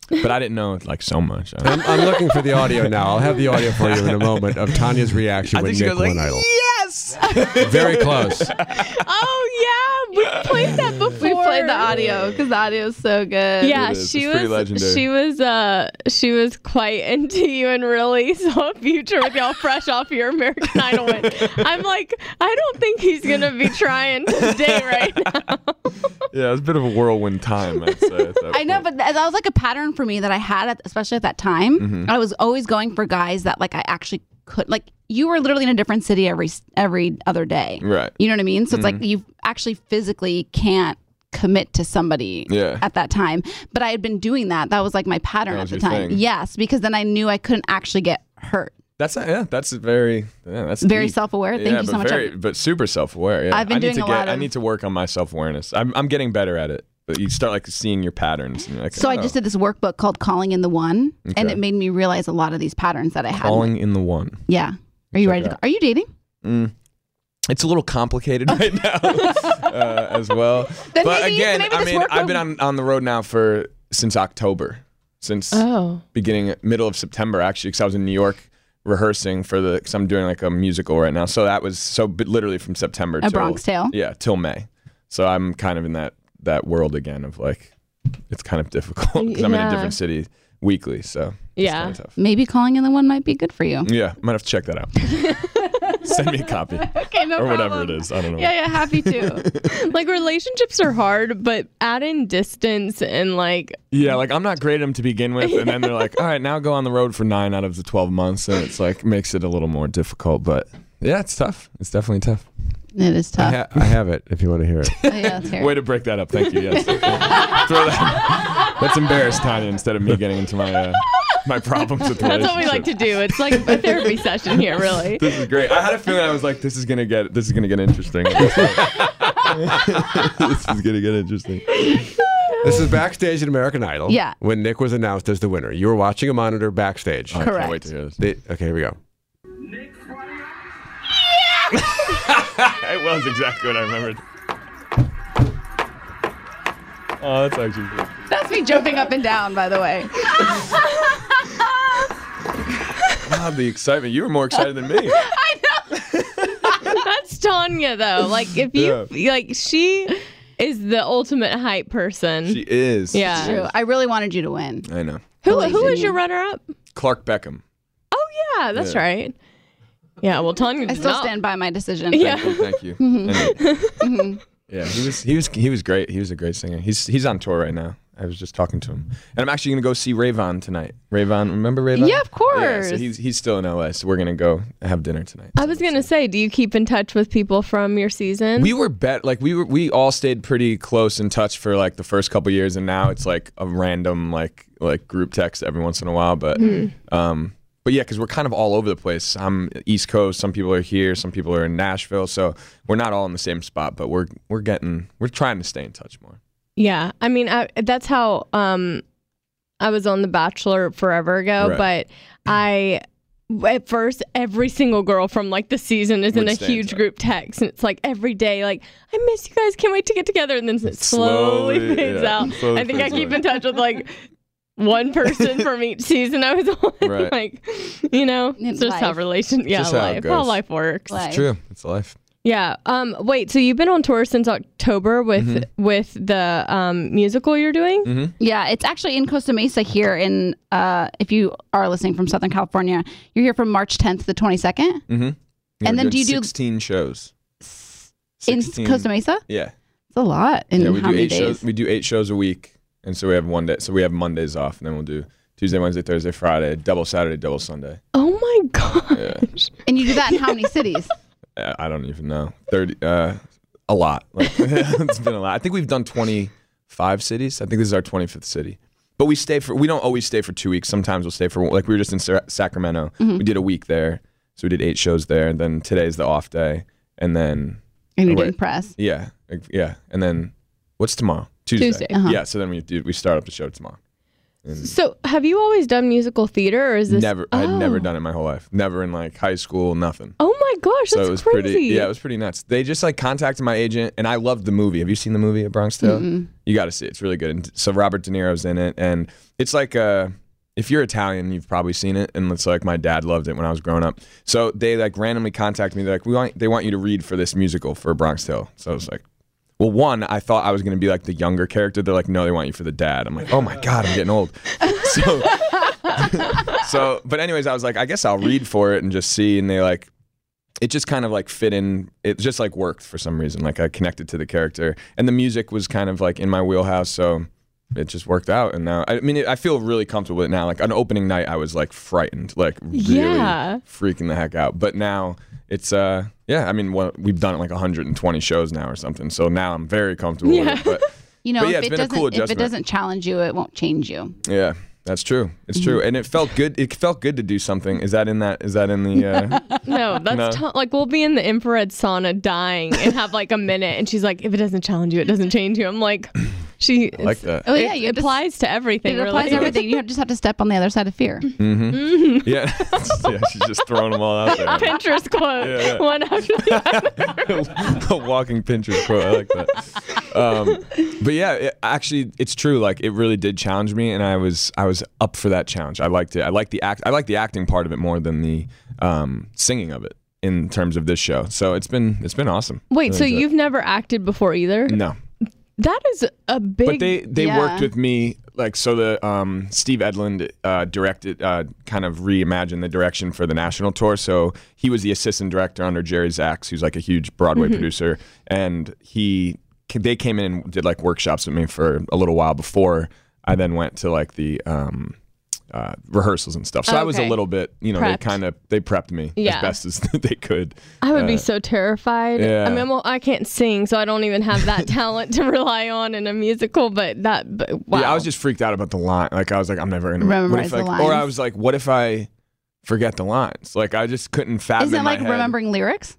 F: yeah. But I didn't know like so much. I,
D: I'm, I'm looking for the audio now. I'll have the audio for you in a moment of Tanya's reaction
F: I
D: when
F: think
D: Nick
F: she goes
D: won
F: like,
D: Idol.
F: yes.
D: Very close.
B: oh yeah, we played that before.
A: we played the audio because the audio is so good.
B: Yeah,
F: It is.
B: she
F: It's
B: was.
F: pretty legendary.
B: She was. Uh, she was quite into you and really saw a future with y'all fresh off your American Idol win. I'm like, I don't think he's gonna be trying to date right now.
F: yeah, it was a bit of a whirlwind time. I'd say, at that
A: I know,
F: point.
A: but that that was like a pattern for me that I had, at, especially at that time.
F: Mm-hmm.
A: I was always going for guys that like I actually could. Like you were literally in a different city every s- every other day.
F: Right. Mm-hmm.
A: You know what I mean? So it's like you actually physically can't commit to somebody
F: Yeah.
A: at that time. But I had been doing that. That was like my pattern
F: That
A: at
F: was
A: the
F: your
A: time.
F: thing.
A: Yes, because then I knew I couldn't actually get hurt.
F: That's yeah. That's very yeah, that's
A: Very
F: deep.
A: self-aware. Thank
F: Yeah,
A: you so
F: but
A: much.
F: Very, but super self-aware. Yeah.
A: I've been
F: I need
A: doing
F: to
A: a
F: get,
A: lot
F: I
A: of-
F: need to work on my self-awareness. I'm I'm getting better at it. But you start like seeing your patterns. And you're like,
A: So I
F: oh,
A: just did this workbook called Calling in the One, and
F: Okay.
A: it made me realize a lot of these patterns that I had.
F: calling in the one.
A: Yeah. Are you ready to go? Are you dating?
F: It's a little complicated right now uh, as well.
A: Then
F: but
A: maybe-
F: again,
A: maybe
F: I
A: this
F: mean,
A: work
F: I've been
A: will-
F: on, on the road now for since October, since
B: Oh.
F: beginning middle of September actually, because I was in New York rehearsing for the because I'm doing like a musical right now. So that was so but literally from September
A: A Bronx Tale.
F: Yeah, till May. So I'm kind of in that that world again of like it's kind of difficult because I'm in
B: Yeah.
F: a different city weekly. So it's
B: Yeah.
F: kinda tough.
A: Maybe calling in the one might be good for you.
F: Yeah, might have to check that out. Send me a copy
A: Okay, no
F: or whatever it is. I don't know.
A: Yeah, yeah, happy to.
B: Like relationships are hard, but add in distance and like
F: Yeah, like I'm not great at them to begin with, and then they're like, "All right, now go on the road for nine out of the twelve months," and it's like makes it a little more difficult. But yeah, it's tough. It's definitely tough.
A: it is
D: I,
A: tough.
D: ha- I have it if you want to hear it.
A: Oh, yeah, let's hear it.
F: Way to break that up. Thank you. Yes, Throw that- That's embarrassed Tanya instead of me getting into my uh, my problems with
B: that's what we like to
F: relationships.
B: do. It's like a therapy session here, really.
F: This is great. I had a feeling I was like, "This is gonna get this is gonna get interesting." this is gonna get interesting.
D: This is backstage at American Idol.
A: Yeah.
D: When Nick was announced as the winner, you were watching a monitor backstage.
F: I
A: Correct.
F: can't wait to hear this.
D: They- okay, here we go.
F: It was exactly what I remembered. Oh, that's actually. Good.
A: That's me jumping up and down, by the way.
F: Ah, the excitement. You were more excited than me.
B: That's Tanya though. Like if you like she is the ultimate hype person.
F: She is.
B: yeah.
A: True. I really wanted you to win.
F: I know.
B: Who who is your runner up?
F: Clark Beckham.
B: Oh yeah, that's
F: Yeah.
B: right. Yeah, well Tanya
A: I
B: did
A: still
B: not-
A: stand by my decision.
B: Yeah. Mm-hmm.
F: Oh, thank you. Anyway. yeah, he was he was he was great. He was a great singer. He's he's on tour right now. I was just talking to him, and I'm actually gonna go see Rayvon tonight. Rayvon, remember Rayvon?
A: Yeah, of
F: Yeah,
A: course.
F: so he's he's still in LA, so we're gonna go have dinner tonight.
B: I was gonna say, do you keep in touch with people from your season?
F: We were bet like we were we all stayed pretty close in touch for like the first couple years, and now it's like a random like like group text every once in a while. But
A: Hmm.
F: um, but yeah, because we're kind of all over the place. I'm East Coast. Some people are here. Some people are in Nashville. So we're not all in the same spot, but we're we're getting we're trying to stay in touch more.
B: yeah, I mean, I, that's how um, I was on The Bachelor forever ago,
F: Right.
B: but I at first every single girl from like the season is in
F: Would
B: a
F: stand
B: huge
F: up.
B: group text and it's like every day like i miss you guys can't wait to get together and then it slowly,
F: Slowly,
B: fades
F: yeah.
B: out
F: Slowly
B: i think i
F: fades
B: keep
F: away.
B: in touch with like one person from each season i was on
F: Right.
B: like you know
A: It's
B: it's just how
A: life.
B: relation yeah
F: Just how it
B: life how
F: goes.
B: life works
A: Life.
F: True. It's life.
B: yeah um wait so you've been on tour since october with
F: Mm-hmm.
B: with the um musical you're doing
A: Yeah, it's actually in Costa Mesa here. In uh, if you are listening from Southern California, you're here from March 10th to the 22nd
F: Yeah,
A: And
F: we're
A: then do
F: doing
A: you do-
F: 16 shows?
A: in Costa Mesa.
F: Yeah.
A: It's a lot. In
F: yeah, we
A: how
F: do
A: many
F: eight
A: days?
F: shows. We do eight shows a week, and so we have one day. So we have Mondays off, and then we'll do Tuesday, Wednesday, Thursday, Friday, double Saturday, double Sunday.
B: oh my god
F: Yeah,
A: And you do that in how many cities?
F: I I don't even know. Thirty, uh, a lot. Like, it's been a lot. I think we've done twenty-five cities. I think this is our twenty-fifth city. But we stay for. We don't always stay for two weeks. Sometimes we'll stay for like we were just in Sa- Sacramento.
A: Mm-hmm.
F: We did a week there, so we did eight shows there, and then today's the off day, and then
A: And you
F: Wait.
A: didn't press.
F: yeah, like, yeah, and then what's tomorrow? Tuesday.
B: Tuesday. uh-huh.
F: Yeah, so then we do, we start up the show tomorrow.
B: so have you always done musical theater or is this
F: never i had never
B: Oh.
F: done it my whole life never in like high school nothing
B: Oh my gosh,
F: so
B: that's
F: it was
B: crazy.
F: pretty yeah it was pretty nuts they just like contacted my agent and i loved the movie have you seen the movie at bronx tale you gotta see it. it's really good and so robert de niro's in it and it's like uh if you're Italian, you've probably seen it, and it's like my dad loved it when I was growing up. So they like randomly contacted me. They're like, "We want they want you to read for this musical for Bronx Tale." So I was like, "Well, one, I thought I was going to be like the younger character." They're like, "No, they want you for the dad." I'm like, "Oh my god, I'm getting old." So so but anyways i was like i guess i'll read for it and just see and they like it just kind of like fit in it just like worked for some reason like i connected to the character and the music was kind of like in my wheelhouse so it just worked out and now i mean i feel really comfortable with it now like on opening night i was like frightened like really
B: Yeah.
F: freaking the heck out but now it's uh yeah i mean what, we've done it like 120 shows now or something so now i'm very comfortable
B: Yeah.
F: with it but
A: You know,
F: But yeah,
A: if
F: it's
A: it
F: been a
A: doesn't
F: cool
A: if it
F: adjustment.
A: doesn't challenge you, it won't change you.
F: Yeah, that's true. It's true, and it felt good. It felt good to do something. Is that in that? Is that in the? Uh,
B: No,
F: No.
B: that's to- like we'll be in the infrared sauna dying and have like a minute, and she's like, "If it doesn't challenge you, it doesn't change you." I'm like, she
F: I like that.
A: Oh yeah,
B: it
A: you have to-
B: applies to everything.
A: It applies to
B: really.
A: everything. You have- just have to step on the other side of fear.
F: Yeah, yeah. She's just throwing them all out there.
B: Pinterest quote
F: Yeah, yeah.
B: one after the other.
F: a walking Pinterest quote. I like that. Um, but yeah, it, actually, it's true. Like it really did challenge me, and I was I was up for that challenge. I liked it. I liked the act. I liked the acting part of it more than the um, singing of it in terms of this show. So it's been it's been awesome.
B: Wait, so
F: Really enjoyed
B: you've never acted before either?
F: it. no.
B: That is a big.
F: Mm. but they they
A: Yeah.
F: worked with me like so the um, steve edlund uh, directed uh, kind of reimagined the direction for the national tour so he was the assistant director under jerry zachs who's like a huge broadway
B: Mm-hmm.
F: producer and he they came in and did like workshops with me for a little while before i then went to like the um, uh, rehearsals and stuff so i was a
B: Okay.
F: little bit you know
B: Prepped.
F: they kind of they prepped me
B: Yeah.
F: as best as they could
B: I would be
F: uh,
B: so terrified.
F: yeah.
B: I mean, well, I can't sing, so I don't even have that talent to rely on in a musical. But that, but, wow.
F: Yeah, I was just freaked out about the line. Like I was like, I'm never gonna
A: Memorize
F: what if,
A: the
F: like,
A: lines.
F: Or I was like, what if I forget the lines? Like I just couldn't fathom.
A: Isn't it
F: in my
A: like
F: head.
A: remembering lyrics?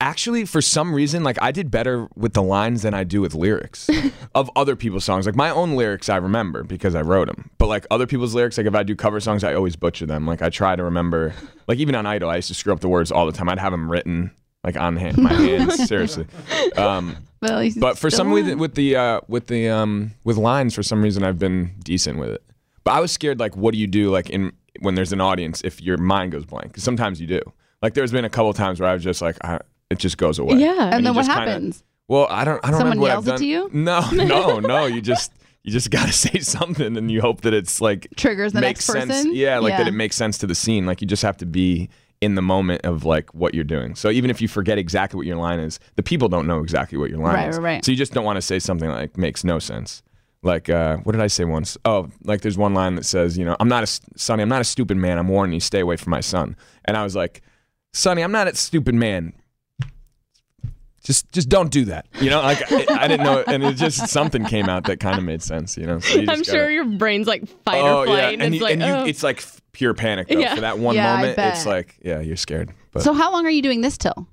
F: Actually, for some reason, like I did better with the lines than I do with lyrics of other people's songs. Like my own lyrics, I remember because I wrote them. But like other people's lyrics, like if I do cover songs, I always butcher them. Like I try to remember. Like even on Idol, I used to screw up the words all the time. I'd have them written like on hand, my hands. seriously. Um,
A: Well, you
F: but for
A: still
F: some
A: won.
F: reason, with the uh, with the um, with lines, for some reason, I've been decent with it. But I was scared. Like, what do you do? Like in when there's an audience, if your mind goes blank, 'Cause sometimes you do. Like, there's been a couple times where I was just like, I, it just goes away.
B: yeah.
A: and
F: you
A: then what
F: just kinda-
A: happens?
F: Well, I don't. I don't
A: Someone
F: remember what
A: yells
F: I've
A: it
F: done.
A: to you?
F: No, no, no. You just you just gotta say something, and you hope that it's like
A: Triggers the
F: makes
A: next person.
F: sense. Yeah, like that it makes sense to the scene. Like you just have to be in the moment of like what you're doing. So even if you forget exactly what your line is, the people don't know exactly what your line
A: Right,
F: is.
A: right, right.
F: So you just don't want to say something like makes no sense. Like uh, what did I say once? Oh, like there's one line that says, you know, I'm not a s- Sonny, I'm not a stupid man. I'm warning you, stay away from my son. And I was like, Sonny, I'm not a stupid man. Just, just don't do that. You know, like I, I didn't know, and it just something came out that kind of made sense. You know, So you
B: I'm
F: just
B: sure
F: gotta-
B: your brain's like fight or flight, and,
F: Oh,
B: it's
F: and, you,
B: like,
F: and you,
B: oh.
F: it's like f- pure panic though.
B: Yeah.
F: For that one
A: Yeah, I
F: moment,
A: bet.
F: it's like, yeah, you're scared. But
A: So how long are you doing this till?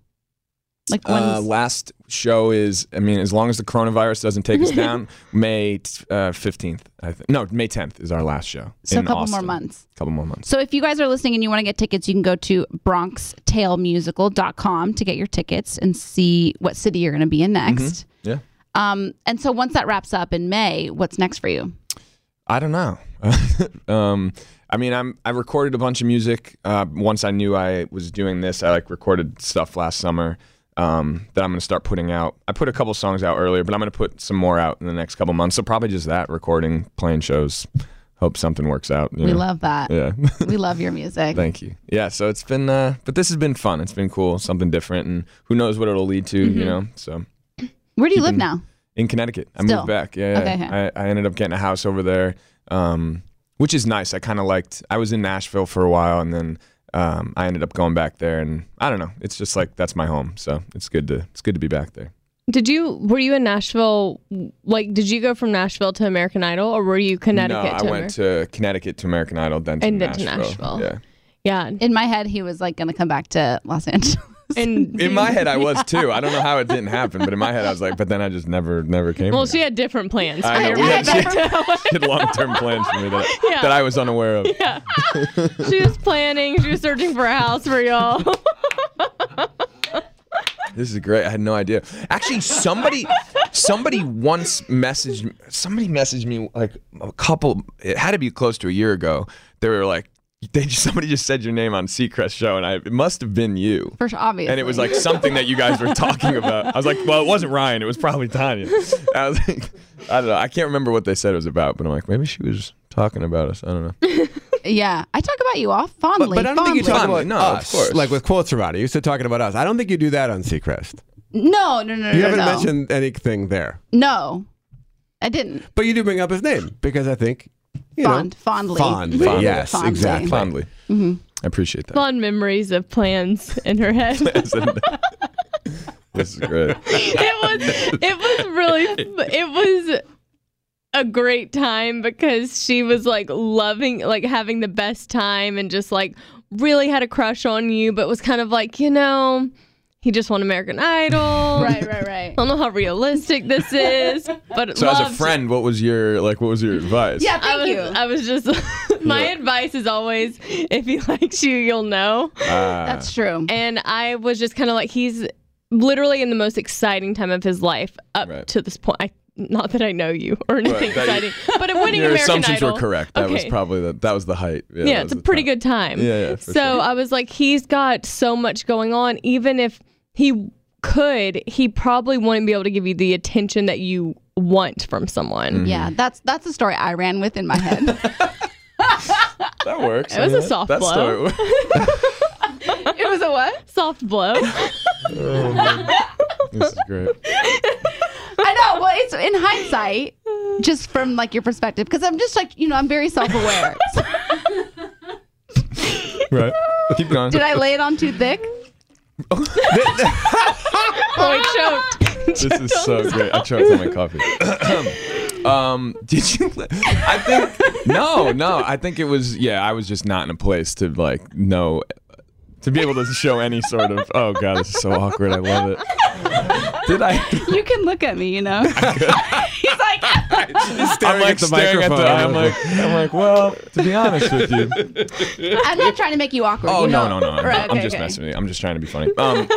A: Like when
F: Uh, last show is, I mean, as long as the coronavirus doesn't take us down, May uh, fifteenth, I think. No, May tenth is our last show.
A: So a
F: in
A: couple more
F: Austin.
A: months.
F: Couple more months.
A: So if you guys are listening and you want to get tickets, you can go to bronxtailmusical.com to get your tickets and see what city you're going to be in
F: Mm-hmm.
A: next.
F: Yeah.
A: Um, and so once that wraps up in May, what's next for you?
F: I don't know. um, I mean, I'm I recorded a bunch of music. Uh, once I knew I was doing this, I like recorded stuff last summer um, that I'm gonna start putting out. I put a couple songs out earlier, but I'm gonna put some more out in the next couple months. So probably just that recording, playing shows. Hope something works out. you
A: We
F: know?
A: love that.
F: Yeah.
A: we love your music.
F: Thank you. Yeah. So it's been, uh, but this has been fun. It's been cool, something different, and who knows what it'll lead
A: Mm-hmm.
F: to. You know. So
A: Where do you live now?
F: in Connecticut. I
A: Still.
F: moved back. Yeah, yeah.
A: Okay, okay.
F: I, I ended up getting a house over there, um, which is nice. I kind of liked. I was in Nashville for a while, and then um, I ended up going back there. And I don't know. It's just like that's my home. So it's good to it's good to be back there.
B: Did you were you in Nashville? Like, did you go from Nashville to American Idol, or were you Connecticut?
F: no, I
B: to
F: went to Connecticut to American Idol, then to
B: And then to
F: Nashville.
B: Nashville.
F: Yeah.
B: yeah,
A: In my head, he was like going to come back to Los Angeles.
B: and
F: In my head, I was too. I don't know how it didn't happen, but in my head, I was like, but then I just never, never came.
B: well,
F: here.
B: she had different plans.
F: I
B: for
F: know, we
B: you.
F: had, she had long-term plans for me that,
B: Yeah.
F: that I was unaware of.
B: she was planning. She was searching for a house for y'all.
F: This is great. I had no idea. Actually, somebody somebody once messaged somebody messaged me like a couple it had to be close to a year ago. They were like they just, somebody just said your name on Seacrest show and I it must have been you.
A: For sure, obviously.
F: And it was like something that you guys were talking about. I was like, well, it wasn't Ryan, it was probably Tanya. I was like, I don't know. I can't remember what they said it was about, but I'm like, maybe she was talking about us. I don't know.
A: yeah. I talk about you all fondly.
D: But, but I don't think you talk
F: Fondly.
D: about
F: No, of
D: us,
F: course.
D: like with quotes about it. You're still talking about us. I don't think you do that on Seacrest.
A: No, no, no, no,
D: You
A: no.
D: haven't
A: no.
D: mentioned anything there,
A: no, I didn't.
D: but you do bring up his name because I think you
A: Fond,
D: know,
A: fondly.
D: fondly,
F: Fondly.
D: yes,
A: Fondly.
D: exactly.
F: Fondly. I appreciate that.
B: Fond memories of plans in her head.
F: this is great.
B: it was it was really it was a great time because she was like loving like having the best time and just like really had a crush on you but was kind of like you know he just won american idol
A: Right, right, right.
B: i don't know how realistic this is but
F: So as a
B: loved-
F: friend, what was your like? What was your advice?
A: Yeah,
B: I
A: thank
B: was, Uh,
A: you.
B: I was just my
F: Yeah.
B: advice is always if he likes you you'll know
A: That's
F: Mm-hmm.
A: true.
B: and I was just kind of like, he's literally in the most exciting time of his life up
F: Right.
B: to this point. I, not that I know you or anything
F: that-
B: exciting, but it winning
F: your
B: American
F: assumptions
B: Idol,
F: were correct. That was
B: Okay.
F: probably the that was the height.
B: yeah, it's a pretty good time.
F: Yeah, yeah, for
B: so
F: sure.
B: I was like, he's got so much going on. Even if he could, he probably wouldn't be able to give you the attention that you want from
F: Mm-hmm.
B: someone.
A: Yeah, that's that's the story I ran with in my head.
F: That works.
B: It was a soft
F: that
B: blow.
F: Story.
B: It was a what? Soft blow.
F: this is great.
A: I know. Well, it's in hindsight, just from like your perspective, because I'm just like you know I'm very self aware.
F: Right. Keep going.
A: Did I lay it on too thick?
B: oh, I choked.
F: this is so great. I choked on my coffee. um, did you? I think no, no. I think it was. Yeah, I was just not in a place to like know to be able to show any sort of. Oh god, this is so awkward. I love it. Did I?
A: You can look at me, you know. He's like,
D: staring at the microphone.
F: I'm like, I'm like, well, to be honest with you.
A: I'm not trying to make you awkward.
F: Oh
A: you
F: no,
A: know?
F: no, no! I'm,
A: Right,
F: I'm
A: okay,
F: just
A: okay.
F: messing with you. I'm just trying to be funny. Um,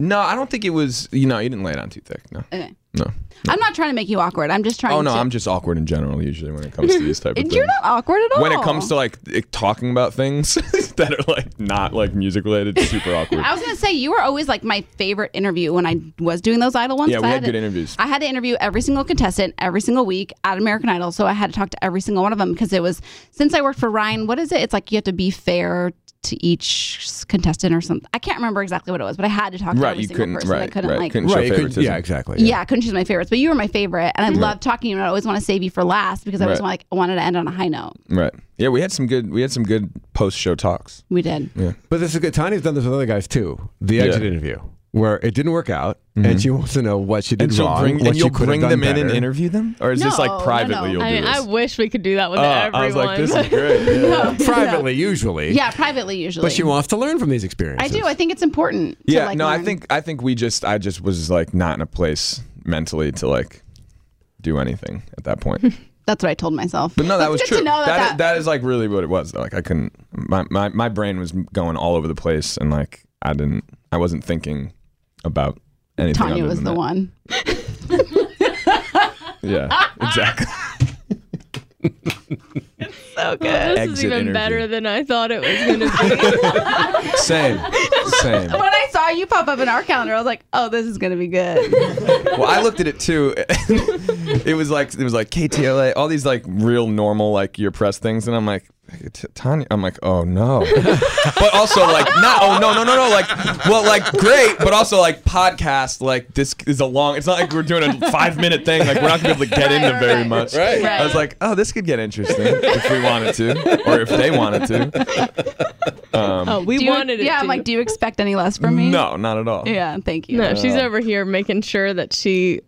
F: no, I don't think it was. You know, you didn't lay it on too thick. No,
A: Okay.
F: no.
A: I'm not trying to make you awkward. I'm just trying.
F: Oh no,
A: to,
F: I'm just awkward in general usually when it comes to these type of things.
A: You're not awkward at all.
F: when it comes to like it- talking about things that are like not like music related, super awkward.
A: I was gonna say you were always like my favorite interview when I was doing those idol ones.
F: Yeah,
A: 'cause
F: we
A: I
F: had good interviews.
A: I had to interview every single contestant every single week at American Idol, so I had to talk to every single one of them because it was since I worked for Ryan. What is it? It's like you have to be fair to each contestant or something. I can't remember exactly what it was, but I had to talk to
F: right,
A: every
F: you
A: single
F: couldn't.
A: person. I
F: Right,
A: couldn't
F: right,
A: like
F: couldn't show
D: Right, you could-
F: favoritism.
D: yeah, exactly.
A: yeah, I couldn't choose my favorites, but you were my favorite, and I loved talking to you. And I always want to save you for last because I always
F: Right.
A: want, like wanted to end on a high note.
F: Right. Yeah, we had some good. We had some good post show talks.
A: We did.
D: But this is good. Tanya's done this with other guys too. The exit interview. where it didn't work out, and she wants to know what she did
F: Mm-hmm. And she'll
D: wrong,
F: bring
D: what
F: and
D: she
F: you'll
D: could have
F: bring
D: done
F: them in and
D: better.
F: interview them, or is this
A: No,
F: like
A: no,
F: privately
A: no.
F: you'll
B: I
F: do
B: mean,
F: this?
B: I wish we could do that with
F: Oh,
B: everyone.
F: I was like, this is great. Yeah.
D: privately usually.
A: Yeah, privately usually.
D: but she wants to learn from these experiences.
A: I do. I think it's important. to,
F: Yeah,
A: like,
F: no, I
A: learn.
F: think I think we just I just was like not in a place mentally to like do anything at that point.
A: that's what I told myself.
F: But no, that
A: That's
F: was
A: good
F: true.
A: To know that, that,
F: that is like really what it was. Though. Like I couldn't. My, my my brain was going all over the place, and like I didn't. I wasn't thinking about anything.
A: Tanya
F: other
A: was
F: than
A: the
F: that.
A: one.
F: Yeah, exactly.
B: so good. this
F: Exit
B: is even
F: interview.
B: better than I thought it was going to be.
F: Same, same.
A: When I saw you pop up in our calendar, I was like, "Oh, this is gonna be good."
F: Well, I looked at it too. it was like it was like KTLA, all these like real normal like your press things, and I'm like. "T- Tanya, I'm like, oh no, but also like, not, oh no, no, no, no, like, well, like, great, but also like, podcast, like, this is a long. It's not like we're doing a five minute thing. Like, we're not gonna be able to get into
A: right,
F: very
A: right.
F: much.
D: Right.
F: I was like, oh, this could get interesting if we wanted to, or if they wanted to.
B: oh, we
A: Do you-
B: wanted it.
A: Yeah, I'm
B: to.
A: like, do you expect any less from me?
F: No, not at all.
A: Yeah, thank you.
B: No, she's over here making sure that she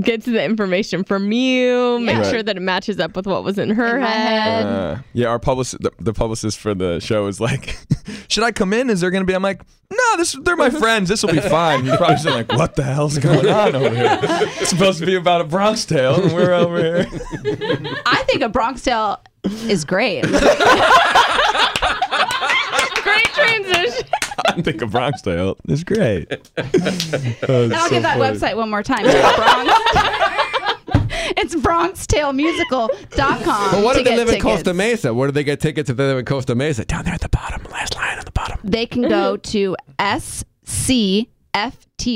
B: gets the information from you, make
F: Right.
B: sure that it matches up with what was in her
A: In my
B: head.
A: head.
F: Uh, yeah, our publicist, the, the publicist for the show is like, "Should I come in? Is there going to be?" I'm like, "No, this they're my friends. This will be fine." You're probably just like, "What the hell's going on over here?" It's supposed to be about a Bronx Tale, and we're over here.
A: I think a Bronx Tale is great.
B: Great transition.
F: I think a Bronx Tale is great. Oh,
A: I'll give that website one more time. It's Bronx. it's BronxTaleMusical.com.
D: But what
A: to
D: if they
A: get
D: live in
A: tickets.
D: Costa Mesa? Where do they get tickets if they live in Costa Mesa? Down there at the bottom, last line at the bottom.
A: They can go to SCFT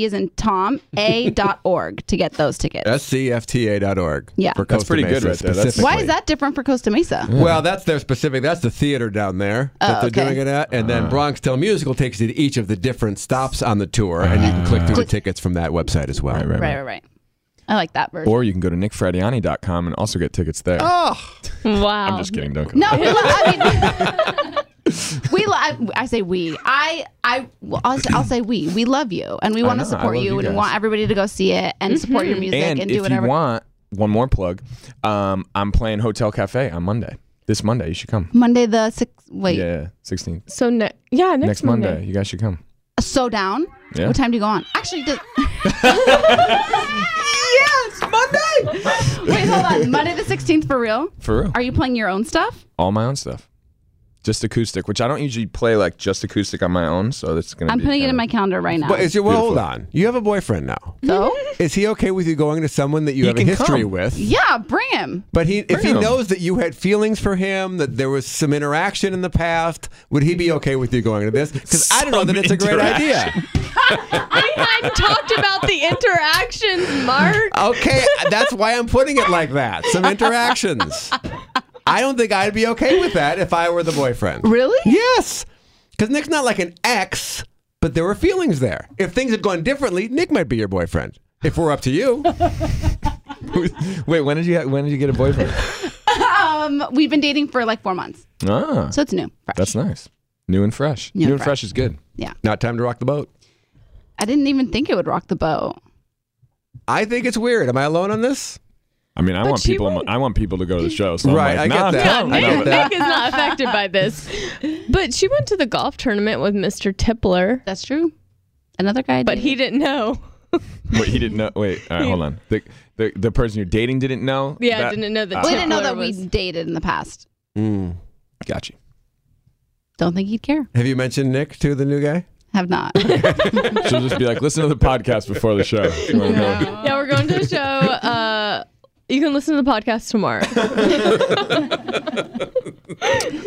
A: is in Tom A dot org to get those tickets.
D: SCFTA.org.
A: Yeah.
D: for
F: That's
D: Costa
F: pretty good
D: Mesa
F: right there. That's-
A: Why
D: specifically.
A: is that different for Costa Mesa?
F: Mm,
D: Well, that's their specific. That's the theater down there that
A: Oh,
D: they're
A: okay.
D: doing it at, and
F: Uh.
D: then Bronx Tell Musical takes you to each of the different stops on the tour, and you can click through the tickets from that website as well.
A: Uh. Right, right, right. I like that version.
F: Or you can go to nickfradiani.com and also get tickets there.
D: Oh,
B: Wow.
F: I'm just kidding. Don't go.
A: No, we lo- I mean, we lo- I, I say we. I I well, I'll, say, I'll say we. We love you, and we
F: I
A: want
F: know,
A: to
F: I
A: support
F: love
A: you,
F: you
A: and
F: guys. Mm-hmm.
A: want everybody to go see it and support your music and,
F: And
A: do
F: if
A: whatever.
F: you want one more plug, um, I'm playing Hotel Cafe on Monday. This Monday, you should come.
A: Monday the six. Wait,
F: Yeah, 16th.
B: So ne- yeah, next,
F: Next Monday. you guys should come.
A: so down.
F: Yeah.
A: What time do you go on? Actually, does- yes, Monday. Wait, hold on. Monday the sixteenth for real.
F: For real.
A: Are you playing your own stuff?
F: all my own stuff. Just acoustic, which I don't usually play like just acoustic on my own, so that's gonna
A: I'm
F: be
A: putting it in my
F: kinda-
A: calendar right now.
D: but is your well, hold
F: Beautiful.
D: on. You have a boyfriend now.
A: so
D: Is he okay with you going to someone that you
F: He
D: have a
F: can
D: history
F: come.
D: with?
A: yeah, bring him.
D: But he, if he
F: Bring him.
D: knows that you had feelings for him, that there was some interaction in the past, would he be okay with you going to this? Because I don't know that
F: Some
D: it's a great idea.
B: I, I've talked about the interactions, Mark.
D: Okay, that's why I'm putting it like that. Some interactions. I don't think I'd be okay with that if I were the boyfriend.
A: Really?
D: Yes, because Nick's not like an ex, but there were feelings there. If things had gone differently, Nick might be your boyfriend. If we're up to you,
F: Wait, when did you ha- when did you get a boyfriend?
A: Um, we've been dating for like four months,
F: ah,
A: so it's new. fresh.
F: that's nice. New and fresh.
A: New and
F: New and fresh is good.
D: not time to rock the boat.
A: I didn't even think it would rock the boat.
D: I think it's weird. Am I alone on this?
F: I mean, I
B: But
F: want
B: she
F: people.
B: won't-
F: I want people to go to the show. So
D: Right,
F: I'm like,
D: I
F: nah,
D: get that.
B: Yeah,
F: come.
D: I
B: Nick,
D: get
F: No,
D: that.
B: Nick is not affected by this. But she went to the golf tournament with Mr. Tippler,
A: That's true. Another guy,
B: but he didn't know.
F: Wait, he didn't know. Wait, all right, hold on. The, the the person you're dating didn't know.
B: Yeah,
F: that-
B: didn't know that.
A: we didn't know
B: Tippler
A: that
B: was-
A: we dated in the past.
F: Hmm. Got you.
A: Don't think he'd care.
D: Have you mentioned Nick to the new guy?
A: Have not.
F: She'll just be like, listen to the podcast before the show. If you wanna know.
B: Yeah, we're going to the show. Uh, you can listen to the podcast tomorrow.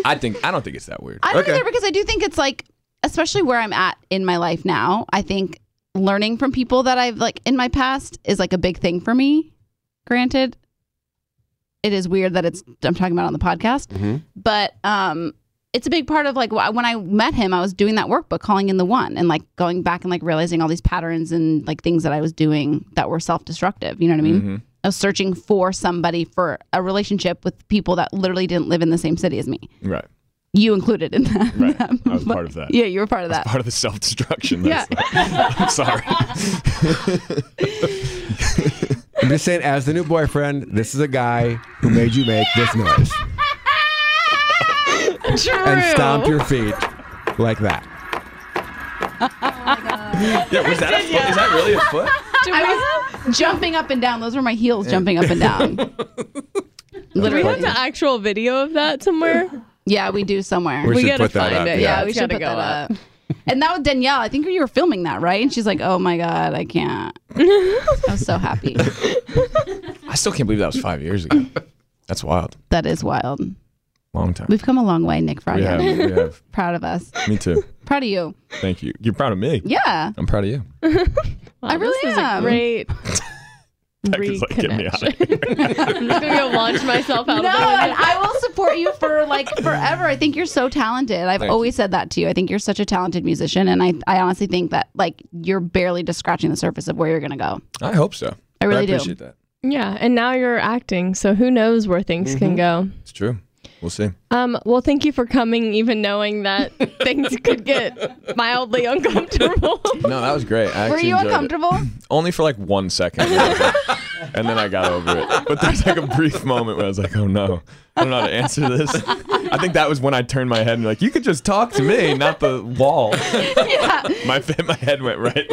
F: I think I don't think it's that weird.
A: I don't either because I do think it's like, especially where I'm at in my life now. I think learning from people that I've like in my past is like a big thing for me. Granted, it is weird that it's I'm talking about on the podcast, but um, it's a big part of like wh- when I met him, I was doing that workbook, calling in the one, and like going back and like realizing all these patterns and like things that I was doing that were self destructive. You know what I mean? I was searching for somebody for a relationship with people that literally didn't live in the same city as me
F: Right.
A: you included in that.
F: Right. I was part of that.
A: Yeah, you were part of
F: That's
A: that.
F: part of the self destruction.
A: Yeah.
F: I'm sorry.
D: I'm just saying, as the new boyfriend, this is a guy who made you make this noise
A: Ah!
D: and stomp your feet like that.
F: Yeah, was that a foot? Is that really a foot?
A: I was jumping up and down. Those were my heels jumping up and down.
B: Do we
A: Literally.
B: have the actual video of that somewhere?
A: Yeah, we do somewhere.
D: We
B: We
D: should
B: gotta
D: put that
B: find
D: up,
B: it.
D: yeah.
A: yeah, we
B: it's
A: should
B: gotta
A: put
B: go
A: that up. and that was Danielle. I think you were filming that, right? And she's like, "Oh my god, I can't." I was so happy.
F: I still can't believe that was five years ago. That's wild.
A: That is wild.
F: Long time.
A: We've come a long way, Nick
F: We
A: Friday.
F: have. We have.
A: Proud of us.
F: Me too.
A: Proud of you.
F: Thank you. You're proud of me.
A: Yeah.
F: I'm proud of you.
B: Wow,
A: I really
B: Oh, this is a
A: am.
B: great.
F: That was like, get me out of here.
B: I'm just gonna go launch myself out
A: No,
B: of the
A: and
B: window.
A: I will support you for like forever. I think you're so talented. I've
F: Thank
A: always said that to you. I think you're such a talented musician, and I, I honestly think that like you're barely just scratching the surface of where you're gonna go.
F: I hope so.
A: I really do.
F: appreciate that.
B: Yeah, and now you're acting, so who knows where things
F: Mm-hmm.
B: can go.
F: It's true. We'll see.
B: Um, well, thank you for coming, even knowing that things could get mildly uncomfortable.
F: No, that was great. I
A: Were
F: actually
A: you
F: enjoyed it.
A: uncomfortable?
F: Only for like one second. and then I got over it. But there's like a brief moment where I was like, oh no, I don't know how to answer this. I think that was when I turned my head and like, you could just talk to me, not the wall. my, my head went right.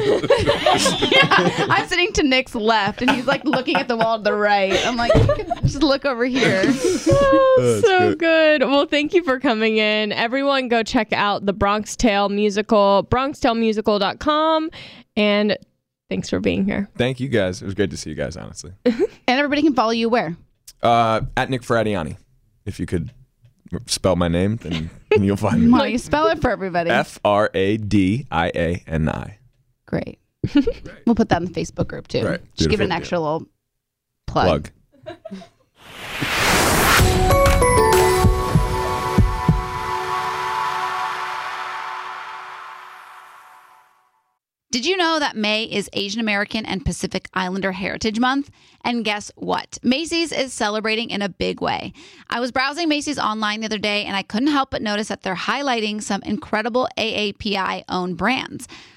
A: I'm sitting to Nick's left, and he's like looking at the wall to the right. I'm like, you can just look over here.
B: Oh,
F: that's
B: so good. Well, thank you for coming in. Everyone, go check out the Bronx Tale musical, bronxtalemusical.com. And thanks for being here.
F: Thank you guys. It was great to see you guys, honestly.
A: And everybody can follow you where?
F: Uh, at Nick Fradiani. If you could spell my name, then you'll find me.
A: Why don't you spell it for everybody?
F: F R A D I A N I.
A: Great. we'll put that in the Facebook group too.
F: Right.
A: Just give it an
F: Beautiful.
A: extra little
F: Plug.
A: Did you know that May is Asian American and Pacific Islander Heritage Month? And guess what? Macy's is celebrating in a big way. I was browsing Macy's online the other day and I couldn't help but notice that they're highlighting some incredible AAPI owned brands.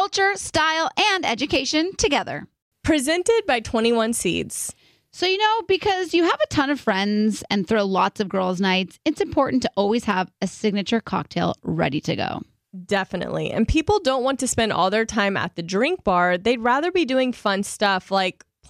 A: culture, style, and education together.
I: Presented by 21 Seeds.
A: So, you know, because you have a ton of friends and throw lots of girls' nights, it's important to always have a signature cocktail ready to go.
I: Definitely. And people don't want to spend all their time at the drink bar. They'd rather be doing fun stuff like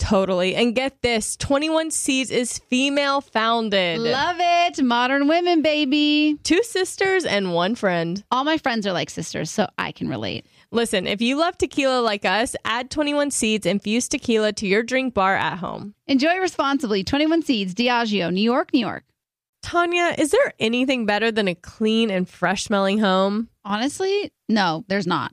I: Totally. And get this 21 Seeds is female founded.
A: Love it. Modern women, baby.
I: Two sisters and one friend.
A: All my friends are like sisters, so I can relate.
I: Listen, if you love tequila like us, add 21 Seeds infused tequila to your drink bar at home.
A: Enjoy responsibly. 21 Seeds, Diageo, New York, New York.
I: Tanya, is there anything better than a clean and fresh smelling home?
A: Honestly, no, there's not.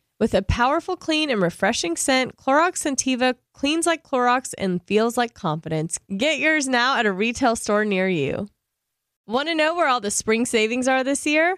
B: With a powerful, clean, and refreshing scent, Clorox Sentiva cleans like Clorox and feels like confidence. Get yours now at a retail store near you. Want to know where all the spring savings are this year?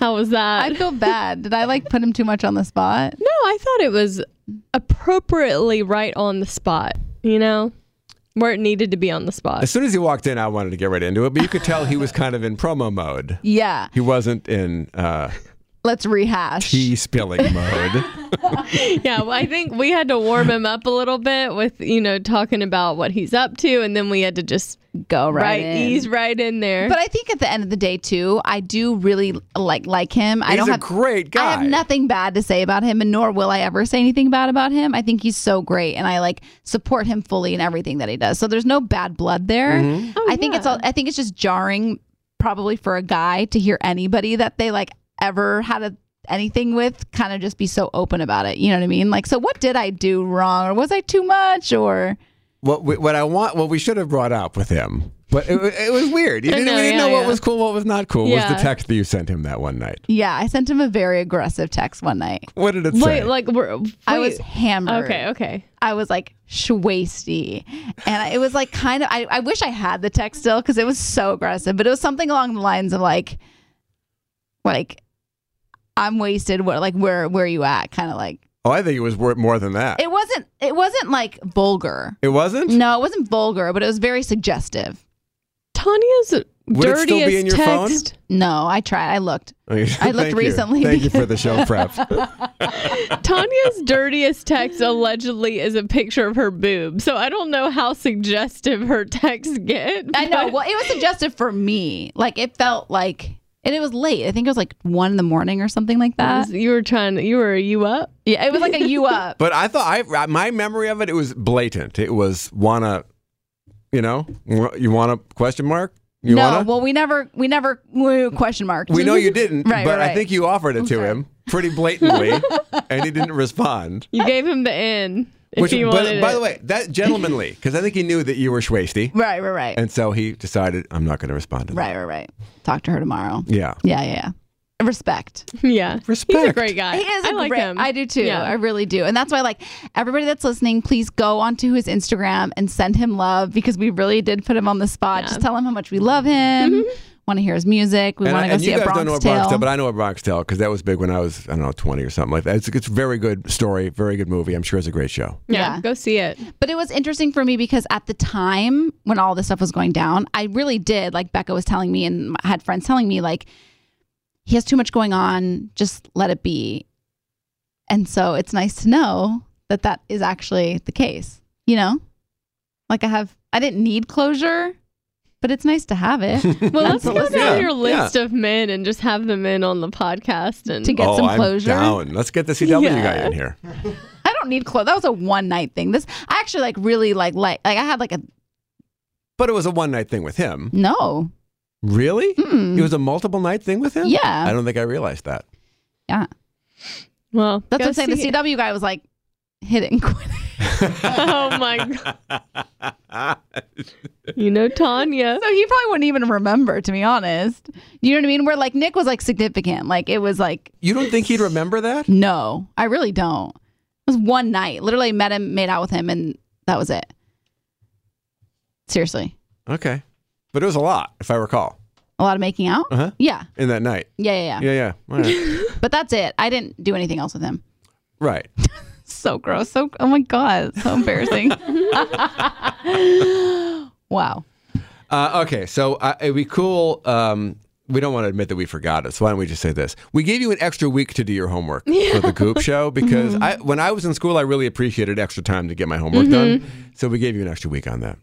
J: How was that?
A: I feel bad. Did I like put him too much on the spot?
J: no, I thought it was appropriately right on the spot, you know, where it needed to be on the spot.
F: As soon as he walked in, I wanted to get right into it, but you could tell he was kind of in promo mode.
A: Yeah.
F: He wasn't in uh,
A: Let's rehash.
F: tea spilling mode.
J: yeah, well, I think we had to warm him up a little bit with, you know, talking about what he's up to, and then we had to just
A: Go right,
J: right
A: in.
J: ease right in there.
A: But I think at the end of the day too, I do really like like him. I
F: He's
A: don't
F: a
A: have
F: great
A: I have
F: guy.
A: nothing bad to say about him, and nor will I ever say anything bad about him. I think he's so great, and I like support him fully in everything that he does. So there's no bad blood there.
J: Oh,
A: I think it's all. I think it's just jarring, probably for a guy to hear anybody that they like ever had a anything with kind of just be so open about it you know what i mean like so what did i do wrong or was i too much or
F: what we, what I want, what we should have brought up with him, but it, it was weird. You
J: I
F: didn't,
J: know,
F: we didn't
J: yeah,
F: know what
J: yeah.
F: was cool, what was not cool. Was
J: Yeah.
F: the text that you sent him that one night?
A: yeah i sent him a very aggressive text one night
F: What did it
J: wait,
F: say?
J: like, we're,
A: i
J: wait.
A: was hammered
J: Okay, okay.
A: I was like schwasty. And it was like kind of, I, I wish I had the text still because it was so aggressive, but it was something along the lines of like, like, I'm wasted. What, like, where, where are you at? Kind of like,
F: oh, I think it was worth more than that. It,
A: it wasn't, it wasn't like vulgar.
F: wasn't.
A: No, it wasn't vulgar, but it was very suggestive.
J: Tanya's
F: Would it
J: dirtiest
F: still be in your phone?
J: text.
A: No, I tried. I looked. I looked
F: Thank you.
A: recently
F: Thank you
A: because-
F: for the show prep.
J: Tanya's dirtiest text allegedly is a picture of her boob. So I don't know how suggestive her texts get.
A: I know.
J: but-
A: Well, it was suggestive for me. Like, it felt like, and it was late. I think it was like one in the morning or something like that.
J: you were trying. You were. You up?
A: Yeah, it was like a you up.
F: But I thought I my memory of it it was blatant. It was wanna, you know, you wanna question mark. You
A: no,
F: wanna?
A: well, we never, we never we- question mark.
F: we know you didn't,
A: Right,
F: but
A: right,
F: I
A: right.
F: think you offered it to him pretty blatantly, and he didn't respond.
J: You gave him the in. If
F: Which,
J: he
F: by,
J: wanted
F: by
J: it.
F: the way, that gentlemanly, because I think he knew that you were schwasty,
A: Right, right, right,
F: and so he decided I'm not going to respond to that.
A: right, right, right. Talk to her tomorrow.
F: Yeah.
A: Yeah, yeah, yeah. Respect.
J: yeah, He's a
F: Respect.
J: great guy.
A: He is
J: I
A: a
J: like
A: great-
J: him.
A: I do too.
J: Yeah.
A: I really do. And that's why, like, everybody that's listening, please go onto his Instagram and send him love because we really did put him on the spot. Just tell him how much we love him. Want to hear his music. We
F: And,
A: want to
F: I,
A: go
F: and
A: see
F: you
A: a
F: guys
A: Bronx,
F: don't know a
A: Tale.
F: Bronx Tale, but I know a Bronx Tale because that was big when I was I don't know 20 or something like that. It's, it's a very good story, very good movie. I'm sure it's a great show.
J: yeah,
A: Yeah.
J: go see it.
A: But it was interesting for me because at the time when all this stuff was going down, I really did, like Becca was telling me, and I had friends telling me, like, he has too much going on, just let it be. And so it's nice to know that that is actually the case, you know? Like, I have, I didn't need closure, but it's nice to have it
J: Well, let's go
F: Absolutely.
J: down
F: Yeah,
J: your
F: yeah.
J: list of men and just have them in on the podcast. And
A: to get
F: oh,
A: some
F: I'm
A: closure.
F: down. Let's get the CW
J: Yeah.
F: guy in here.
A: I don't need closure. That was a one night thing. This, I actually like really like, like, like I had like a,
F: But it was a one night thing with him.
A: no.
F: Really? It was a multiple night thing with him?
A: Hmm. Yeah.
F: I don't think I realized that.
A: Yeah.
J: well,
A: That's
J: go
A: what I'm saying.
J: see
A: The
J: it.
A: CW guy was like, hit it and quit.
B: oh my god. You know Tanya.
A: So he probably wouldn't even remember, to be honest. You know what I mean? Where like Nick was like significant. Like it was like,
F: You don't think he'd remember that?
A: no, I really don't. It was one night. Literally met him, made out with him, and that was it. Seriously.
F: Okay. But it was a lot, if I recall,
A: A lot of making out?
F: Uh-huh.
A: Yeah.
F: in that night.
A: Yeah, yeah, yeah.
F: Yeah, yeah. All right.
A: But that's it. I didn't do anything else with him.
F: right.
A: So gross. So oh my god, so embarrassing. wow.
F: Uh, okay, so uh, it'd be cool. Um, we don't want to admit that we forgot it, so why don't we just say this? We gave you an extra week to do your homework for the Goop Show because I, when I was in school, I really appreciated extra time to get my homework done. So we gave you an extra week on that.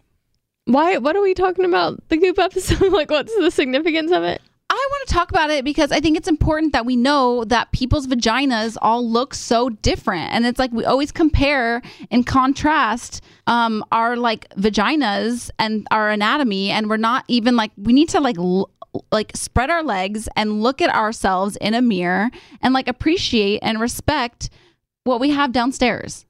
B: Why what are we talking about? The goop episode? like what's the significance of it?
A: I want to talk about it because I think it's important that we know that people's vaginas all look so different. And it's like we always compare and contrast um, our like vaginas and our anatomy. And we're not even like, we need to like, l- like spread our legs and look at ourselves in a mirror and like appreciate and respect what we have downstairs.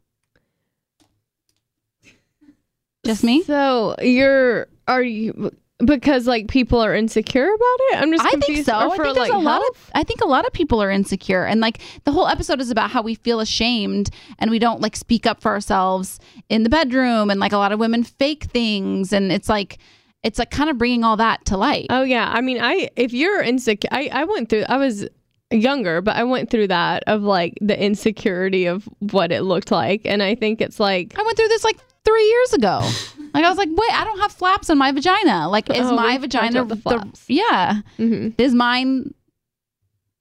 A: Just me?
B: So you're are you because like people are insecure about it? I'm just
A: I think
B: confused.
A: so. I
B: Or
A: think
B: for,
A: there's
B: like,
A: a lot
B: health?
A: of I think a lot of people are insecure and like the whole episode is about how we feel ashamed and we don't like speak up for ourselves in the bedroom and like a lot of women fake things and it's like it's like kind of bringing all that to light.
B: Oh yeah, I mean, I if you're insecure, I I went through. I was younger, but I went through that of like the insecurity of what it looked like, and I think it's like
A: I went through this like 3 years ago. like I was like, "Wait, I don't have flaps on my vagina. Like is
B: Oh,
A: my
B: we've talked
A: vagina
B: about the
A: the-
B: flaps.
A: yeah.
B: mm-hmm,
A: Is mine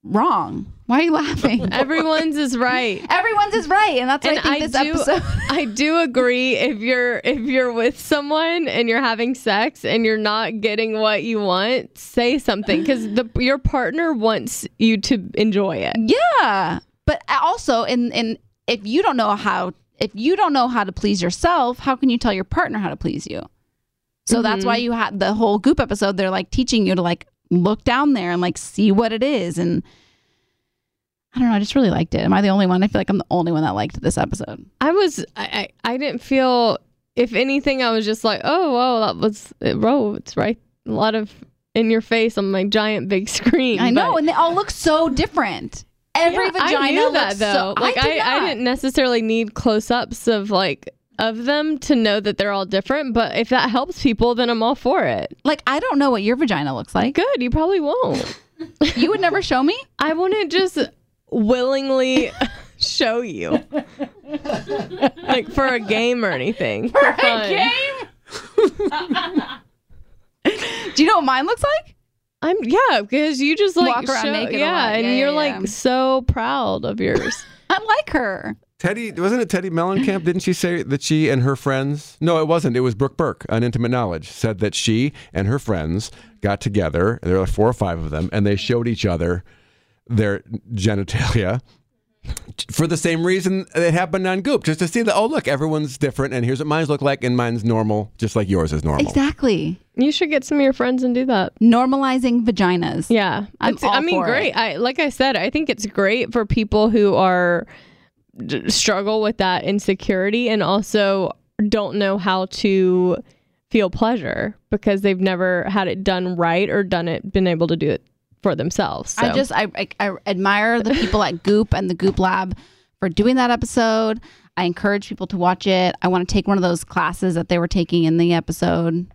A: wrong? Why are you laughing?
B: everyone's is right.
A: Everyone's is right, and that's why
B: And
A: I think this
B: do,
A: episode
B: I do agree. If you're if you're with someone and you're having sex and you're not getting what you want, say something because the your partner wants you to enjoy it.
A: Yeah, but also, in in if you don't know how if you don't know how to please yourself, how can you tell your partner how to please you? So that's
B: Mm-hmm.
A: why you had the whole goop episode. They're like teaching you to like look down there and like see what it is. And I don't know. I just really liked it. Am I the only one? I feel like I'm the only one that liked this episode.
B: I was I, I I didn't feel if anything I was just like oh well that was it whoa, it's right a lot of in your face on my giant big screen
A: I know,
B: but-
A: and they all look so different. Every
B: Yeah,
A: vagina
B: I knew that
A: looks
B: though
A: So,
B: like
A: I, did
B: I,
A: not.
B: didn't necessarily need close ups of like of them to know that they're all different but if that helps people then I'm all for it
A: like I don't know what your vagina looks like.
B: good you probably won't
A: You would never show me.
B: I wouldn't just willingly show you like for a game or anything for, fun.
A: Do you know what mine looks like?
B: I'm yeah, because you just like
A: Walk around
B: show-
A: naked a
B: yeah,
A: lot.
B: and
A: Yeah,
B: you're
A: yeah,
B: like
A: yeah.
B: so proud of yours.
A: I like her.
F: Teddy, wasn't it Teddy Mellencamp? Didn't she say that she and her friends? No, it wasn't. It was Brooke Burke on Intimate Knowledge said that she and her friends got together. There were like four or five of them, and they showed each other their genitalia for the same reason it happened on Goop, just to see that. Oh, look, everyone's different, and here's what mine's look like, and mine's normal, just like yours is normal.
A: Exactly.
B: you should get some of your friends and do that.
A: Normalizing vaginas.
B: Yeah,
A: I'm
B: It's- I
A: all
B: mean,
A: for it.
B: great. I like I said, I think it's great for people who are d- struggle with that insecurity and also don't know how to feel pleasure because they've never had it done right or done it been able to do it for themselves. So.
A: I just I, I I admire the people at Goop and the Goop Lab for doing that episode. I encourage people to watch it. I want to take one of those classes that they were taking in the episode,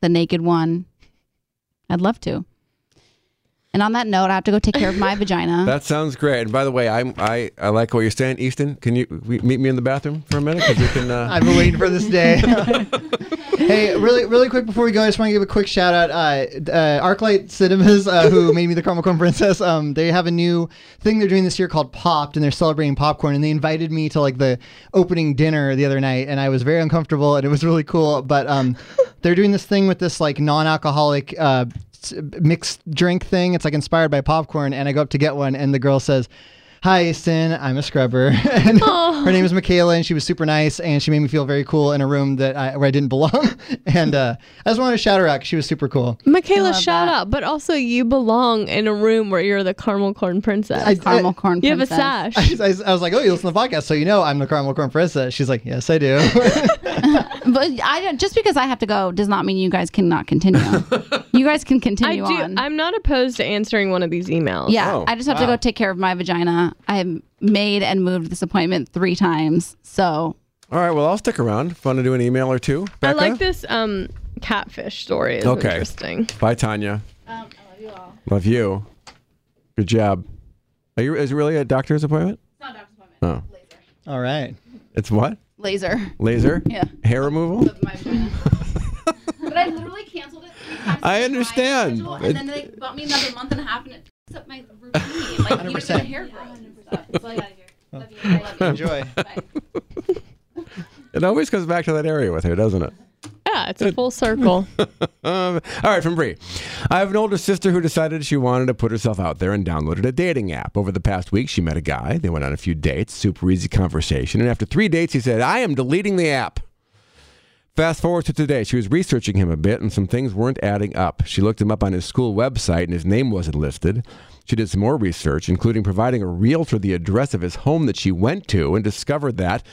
A: the naked one. I'd love to. And on that note, I have to go take care of my vagina.
F: That sounds great. And by the way, I'm, I I like what you're saying, Easton. Can you we, meet me in the bathroom for a minute? Because we can. Uh,
K: I've been waiting for this day. hey, really, really quick before we go, I just want to give a quick shout out. Uh, uh, ArcLight Cinemas, uh, who made me the caramel corn princess, um, they have a new thing they're doing this year called Popped, and they're celebrating popcorn. And they invited me to like the opening dinner the other night, and I was very uncomfortable, and it was really cool. But um, they're doing this thing with this like non-alcoholic. Uh, s- mixed drink thing it's like inspired by popcorn and i go up to get one and the girl says
E: hi, Easton, I'm a scrubber. and her name is Michaela, and she was super nice, and she made me feel very cool in a room that I, where I didn't belong. and uh, I just wanted to shout her out 'cause she was super cool.
B: Michaela, shout out, but also you belong in a room where you're the caramel corn princess.
E: I- Caramel I- corn
B: You have a
E: princess.
B: sash.
E: I, I was like, oh, you listen to the podcast, so you know I'm the caramel corn princess. She's like, yes, I do.
A: But I don't. Just because I have to go does not mean you guys cannot continue. you guys can
B: I
A: continue
B: do.
A: on.
B: I'm not opposed to answering one of these emails.
A: Yeah,
F: Oh,
A: I just have to go take care of my vagina. I made and moved this appointment three times, so
F: All right. Well, I'll stick around. Fun to do an email or two.
B: I
F: Becca?
B: like this um catfish story. It's
F: okay.
B: interesting.
F: Bye, Tanya. Um, I love you all. Love you. Good job. Are you? Is it really a doctor's appointment? It's not a doctor's appointment. Oh.
E: All right.
F: It's what?
A: laser.
F: Laser?
A: Yeah.
F: Hair removal?
A: But I literally canceled it three times.
F: I understand.
A: and then they bought me another month and a half, and it fucks up my routine. Like even the
E: 100%.
A: hair growth. It's like-
E: Enjoy.
F: It always comes back to that area with her, doesn't it?
B: Yeah, it's a full circle.
F: Um, all right, from Bree. I have an older sister who decided she wanted to put herself out there and downloaded a dating app. Over the past week, she met a guy. They went on a few dates, super easy conversation. And after three dates, he said, I am deleting the app. Fast forward to today, she was researching him a bit and some things weren't adding up. She looked him up on his school website and his name wasn't listed. She did some more research, including providing a realtor the address of his home that she went to and discovered that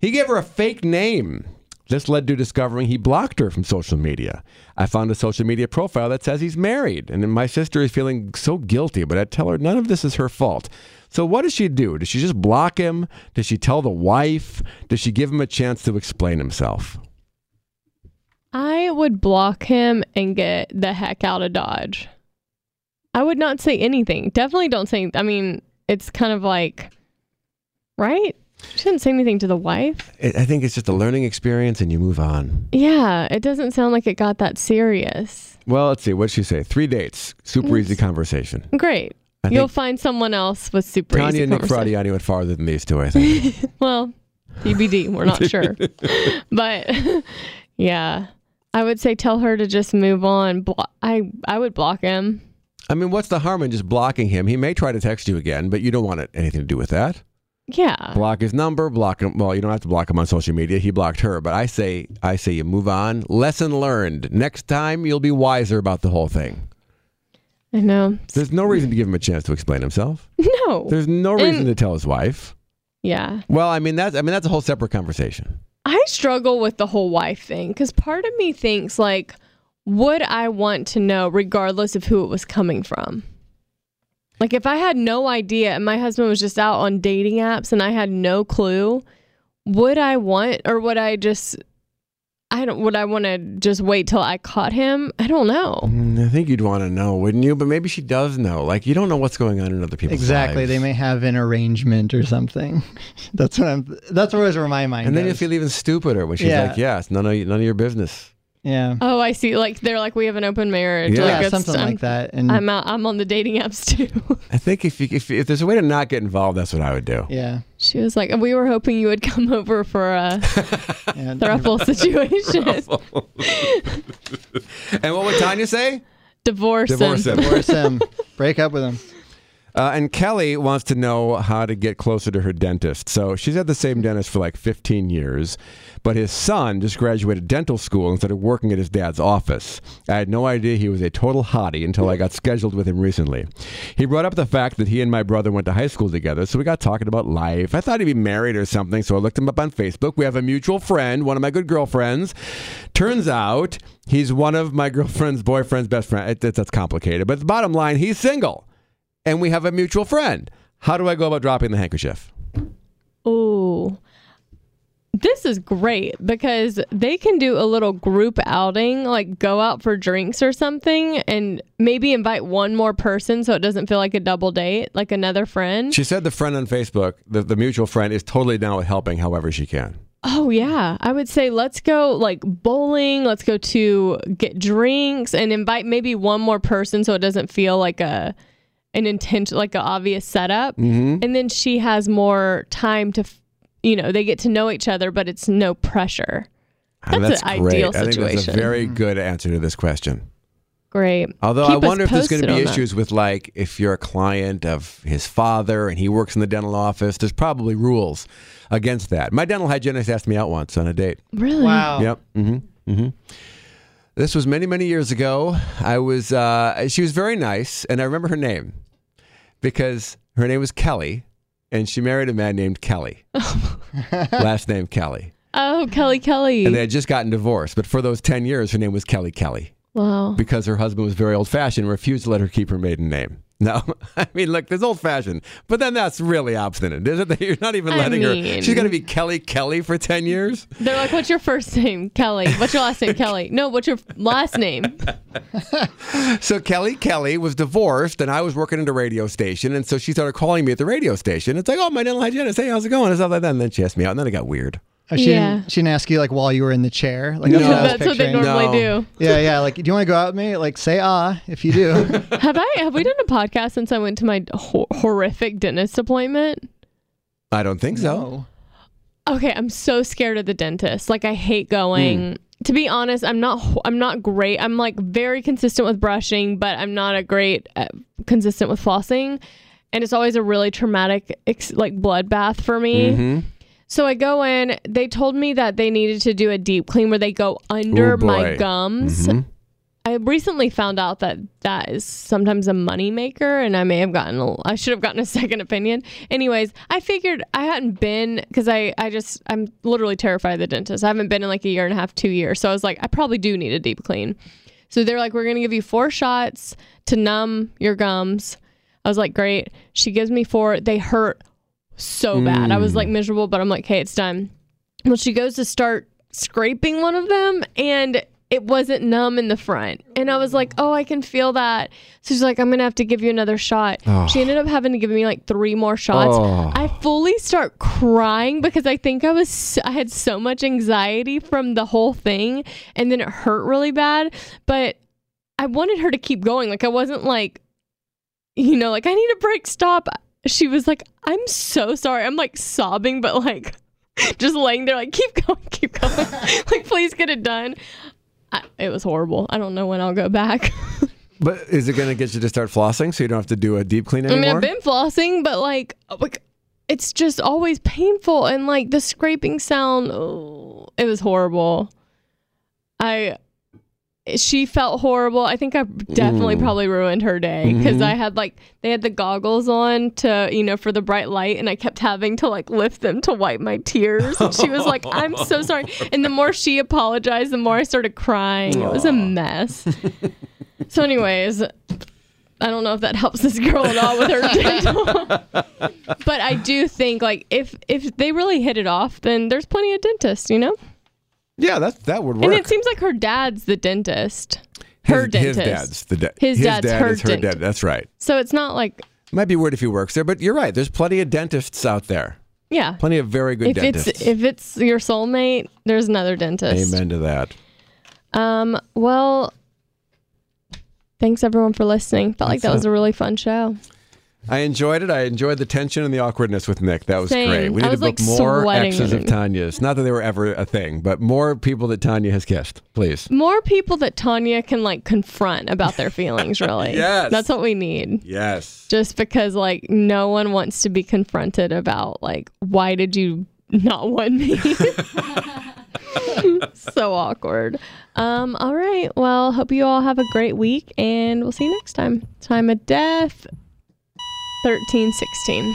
F: he gave her a fake name. This led to discovering he blocked her from social media. I found a social media profile that says he's married, and my sister is feeling so guilty, but I tell her none of this is her fault. So, what does she do? Does she just block him? Does she tell the wife? Does she give him a chance to explain himself?
B: I would block him and get the heck out of Dodge. I would not say anything. Definitely don't say. I mean, it's kind of like, right? She didn't say anything to the wife.
F: I I think it's just a learning experience and you move on.
B: Yeah, it doesn't sound like it got that serious.
F: Well, let's see. What'd she say? Three dates, super easy conversation.
B: Great.
F: I
B: You'll
F: think-
B: find someone else with super
F: Tanya
B: easy
F: and Nick
B: conversation.
F: Fradiani went farther than these two, I think.
B: well, TBD. We're not sure, but yeah, I would say tell her to just move on. Blo- I I would block him.
F: I mean, what's the harm in just blocking him? He may try to text you again, but you don't want it, anything to do with that.
B: Yeah.
F: Block his number, block him. Well, you don't have to block him on social media. He blocked her, but I say, I say you move on. Lesson learned. Next time you'll be wiser about the whole thing.
B: I know.
F: There's no reason to give him a chance to explain himself.
B: No.
F: There's no
B: And-
F: reason to tell his wife.
B: Yeah.
F: Well, I mean that's I mean that's a whole separate conversation.
B: I struggle with the whole wife thing because part of me thinks, like, would I want to know regardless of who it was coming from? Like, if I had no idea and my husband was just out on dating apps and I had no clue, would I want or would I just, I don't, would I want to just wait till I caught him? I don't know.
F: Mm, I think you'd want to know, wouldn't you? But maybe she does know. Like you don't know what's going on in other people's
E: Exactly.
F: lives.
E: They may have an arrangement or something. That's what I'm. That's always where my mind.
F: And then you
E: goes.
F: feel even stupider when she's
E: Yeah.
F: like, "Yeah, it's none of none of your business."
E: yeah.
B: Oh, I see. Like, they're like, we have an open marriage.
F: Yeah.
B: like,
F: Yeah,
B: it's-
E: something like
B: I'm-
E: that, and-
B: I'm out, I'm on the dating apps too.
F: I think if you, if if there's a way to not get involved, that's what I would do.
E: Yeah.
B: She was like, "We were hoping you would come over for a thruffle situation,
F: And what would Tanya say?
B: divorce,
F: Divorce
B: and
F: him.
E: Divorce him. Break up with him.
F: Uh, and Kelly wants to know how to get closer to her dentist. So she's had the same dentist for like 15 years, but his son just graduated dental school and started working at his dad's office. I had no idea he was a total hottie until I got scheduled with him recently. He brought up the fact that he and my brother went to high school together, so we got talking about life. I thought he'd be married or something, so I looked him up on Facebook. We have a mutual friend, one of my good girlfriends. Turns out he's one of my girlfriend's boyfriend's best friend. It- That's complicated, but the bottom line, he's single and we have a mutual friend. How do I go about dropping the handkerchief?
B: Ooh. This is great because they can do a little group outing, like go out for drinks or something, and maybe invite one more person so it doesn't feel like a double date, like another friend.
F: She said the friend on Facebook, the, the mutual friend, is totally down with helping however she can.
B: Oh, yeah. I would say let's go like bowling, let's go to get drinks and invite maybe one more person so it doesn't feel like a. An intent, like an obvious setup,
F: Mm-hmm.
B: and then she has more time to, f- you know, they get to know each other, but it's no pressure.
F: And
B: That's an ideal
F: I think that's a
B: situation.
F: very good answer to this question.
B: Great.
F: Although
B: Keep
F: I
B: us
F: wonder if there's going to
B: posted
F: be
B: on that.
F: issues with like if you're a client of his father and he works in the dental office, there's probably rules against that. My dental hygienist asked me out once on a date.
B: Really?
L: Wow.
F: Yep. hmm hmm This was many, many years ago. I was. Uh, she was very nice, and I remember her name because her name was Kelly, and she married a man named Kelly. Last name Kelly.
B: Oh, Kelly Kelly.
F: And they had just gotten divorced, but for those ten years, her name was Kelly Kelly
B: wow.
F: because her husband was very old fashioned, refused to let her keep her maiden name. No, I mean, look, there's old fashioned, but then that's really obstinate, isn't it? You're not even
B: I
F: letting her.
B: mean-
F: She's going to be Kelly Kelly for 10 years.
B: They're like, what's your first name? Kelly. What's your last name? Kelly. No, what's your last name?
F: So Kelly Kelly was divorced, and I was working at a radio station, and so she started calling me at the radio station. It's like, oh, my dental hygienist, hey, how's it going? And stuff like that. And then she asked me out, and then it got weird.
L: Uh, she,
B: Yeah.
L: didn't, she didn't ask you like while you were in the chair. Like that's
F: No.
L: what I was
B: That's what they
L: picturing.
B: normally
F: No.
B: do.
L: Yeah, yeah. Like, do you want to go out with me? Like, say ah if you do.
B: Have I have we done a podcast since I went to my ho- horrific dentist appointment?
F: I don't think so.
B: Okay, I'm so scared of the dentist. Like I hate going. To be honest, I'm not ho- I'm not great. I'm like very consistent with brushing, but I'm not a great uh, consistent with flossing. And it's always a really traumatic ex- like bloodbath for me.
F: Mm-hmm.
B: So I go in, they told me that they needed to do a deep clean where they go under
F: Ooh,
B: my
F: boy.
B: gums.
F: Mhm.
B: I recently found out that that is sometimes a moneymaker, and I may have gotten, a, I should have gotten a second opinion. Anyways, I figured I hadn't been, because I, I just, I'm literally terrified of the dentist. I haven't been in like a year and a half, two years. So I was like, I probably do need a deep clean. So they're like, we're going to give you four shots to numb your gums. I was like, great. She gives me four. They hurt so bad. I was like miserable, but I'm like, okay, it's done. Well, she goes to start scraping one of them and it wasn't numb in the front. And I was like, oh, I can feel that. So she's like, I'm going to have to give you another shot. She ended up having to give me like three more shots.
F: Oh.
B: I fully start crying because I think I was, I had so much anxiety from the whole thing. And then it hurt really bad. But I wanted her to keep going. Like, I wasn't like, you know, like, I need a break, stop. She was like, I'm so sorry. I'm like sobbing, but like, just laying there, like, keep going, keep going. like, please get it done. I, it was horrible. I don't know when I'll go back.
F: But is it going to get you to start flossing so you don't have to do a deep clean
B: I mean,
F: anymore?
B: I've been flossing, but like, uh, like, it's just always painful. And like, the scraping sound, oh, it was horrible. I, she felt horrible. I think I definitely probably ruined her day because I had like they had the goggles on to you know for the bright light, and I kept having to like lift them to wipe my tears. And she was like, "I'm so sorry." And the more she apologized, the more I started crying. It was a mess. so, anyways, I don't know if that helps this girl at all with her dental, but I do think like if if they really hit it off, then there's plenty of dentists, you know.
F: yeah, that, that would work.
B: And it seems like her dad's the dentist. Her
F: his, his
B: dentist.
F: dad's the de-
B: His dad's
F: dad
B: her
F: is her
B: dent-
F: dad. That's right.
B: So it's not like
F: Might be weird if he works there, but you're right. There's plenty of dentists out there.
B: yeah.
F: Plenty of very
B: If
F: good dentists.
B: it's if it's your soulmate, there's another dentist.
F: Amen to that.
B: Um. Well, thanks everyone for listening. Felt like that was a really fun show.
F: I enjoyed it. I enjoyed the tension and the awkwardness with Nick. That was
B: Same.
F: great. We
B: I
F: need to
B: was,
F: book
B: like,
F: more
B: sweating.
F: exes of Tanya's. Not that they were ever a thing, but more people that Tanya has kissed, please.
B: More people that Tanya can like confront about their feelings. Really.
F: Yes.
B: That's what we need.
F: Yes.
B: Just because like no one wants to be confronted about like why did you not want me. so awkward. Um, all right. Well, hope you all have a great week and we'll see you next time. Time of death 1316.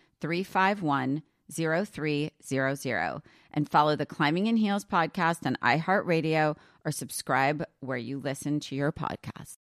A: 351 0300 and follow the Climbing in Heels podcast on iHeartRadio or subscribe where you listen to your podcast.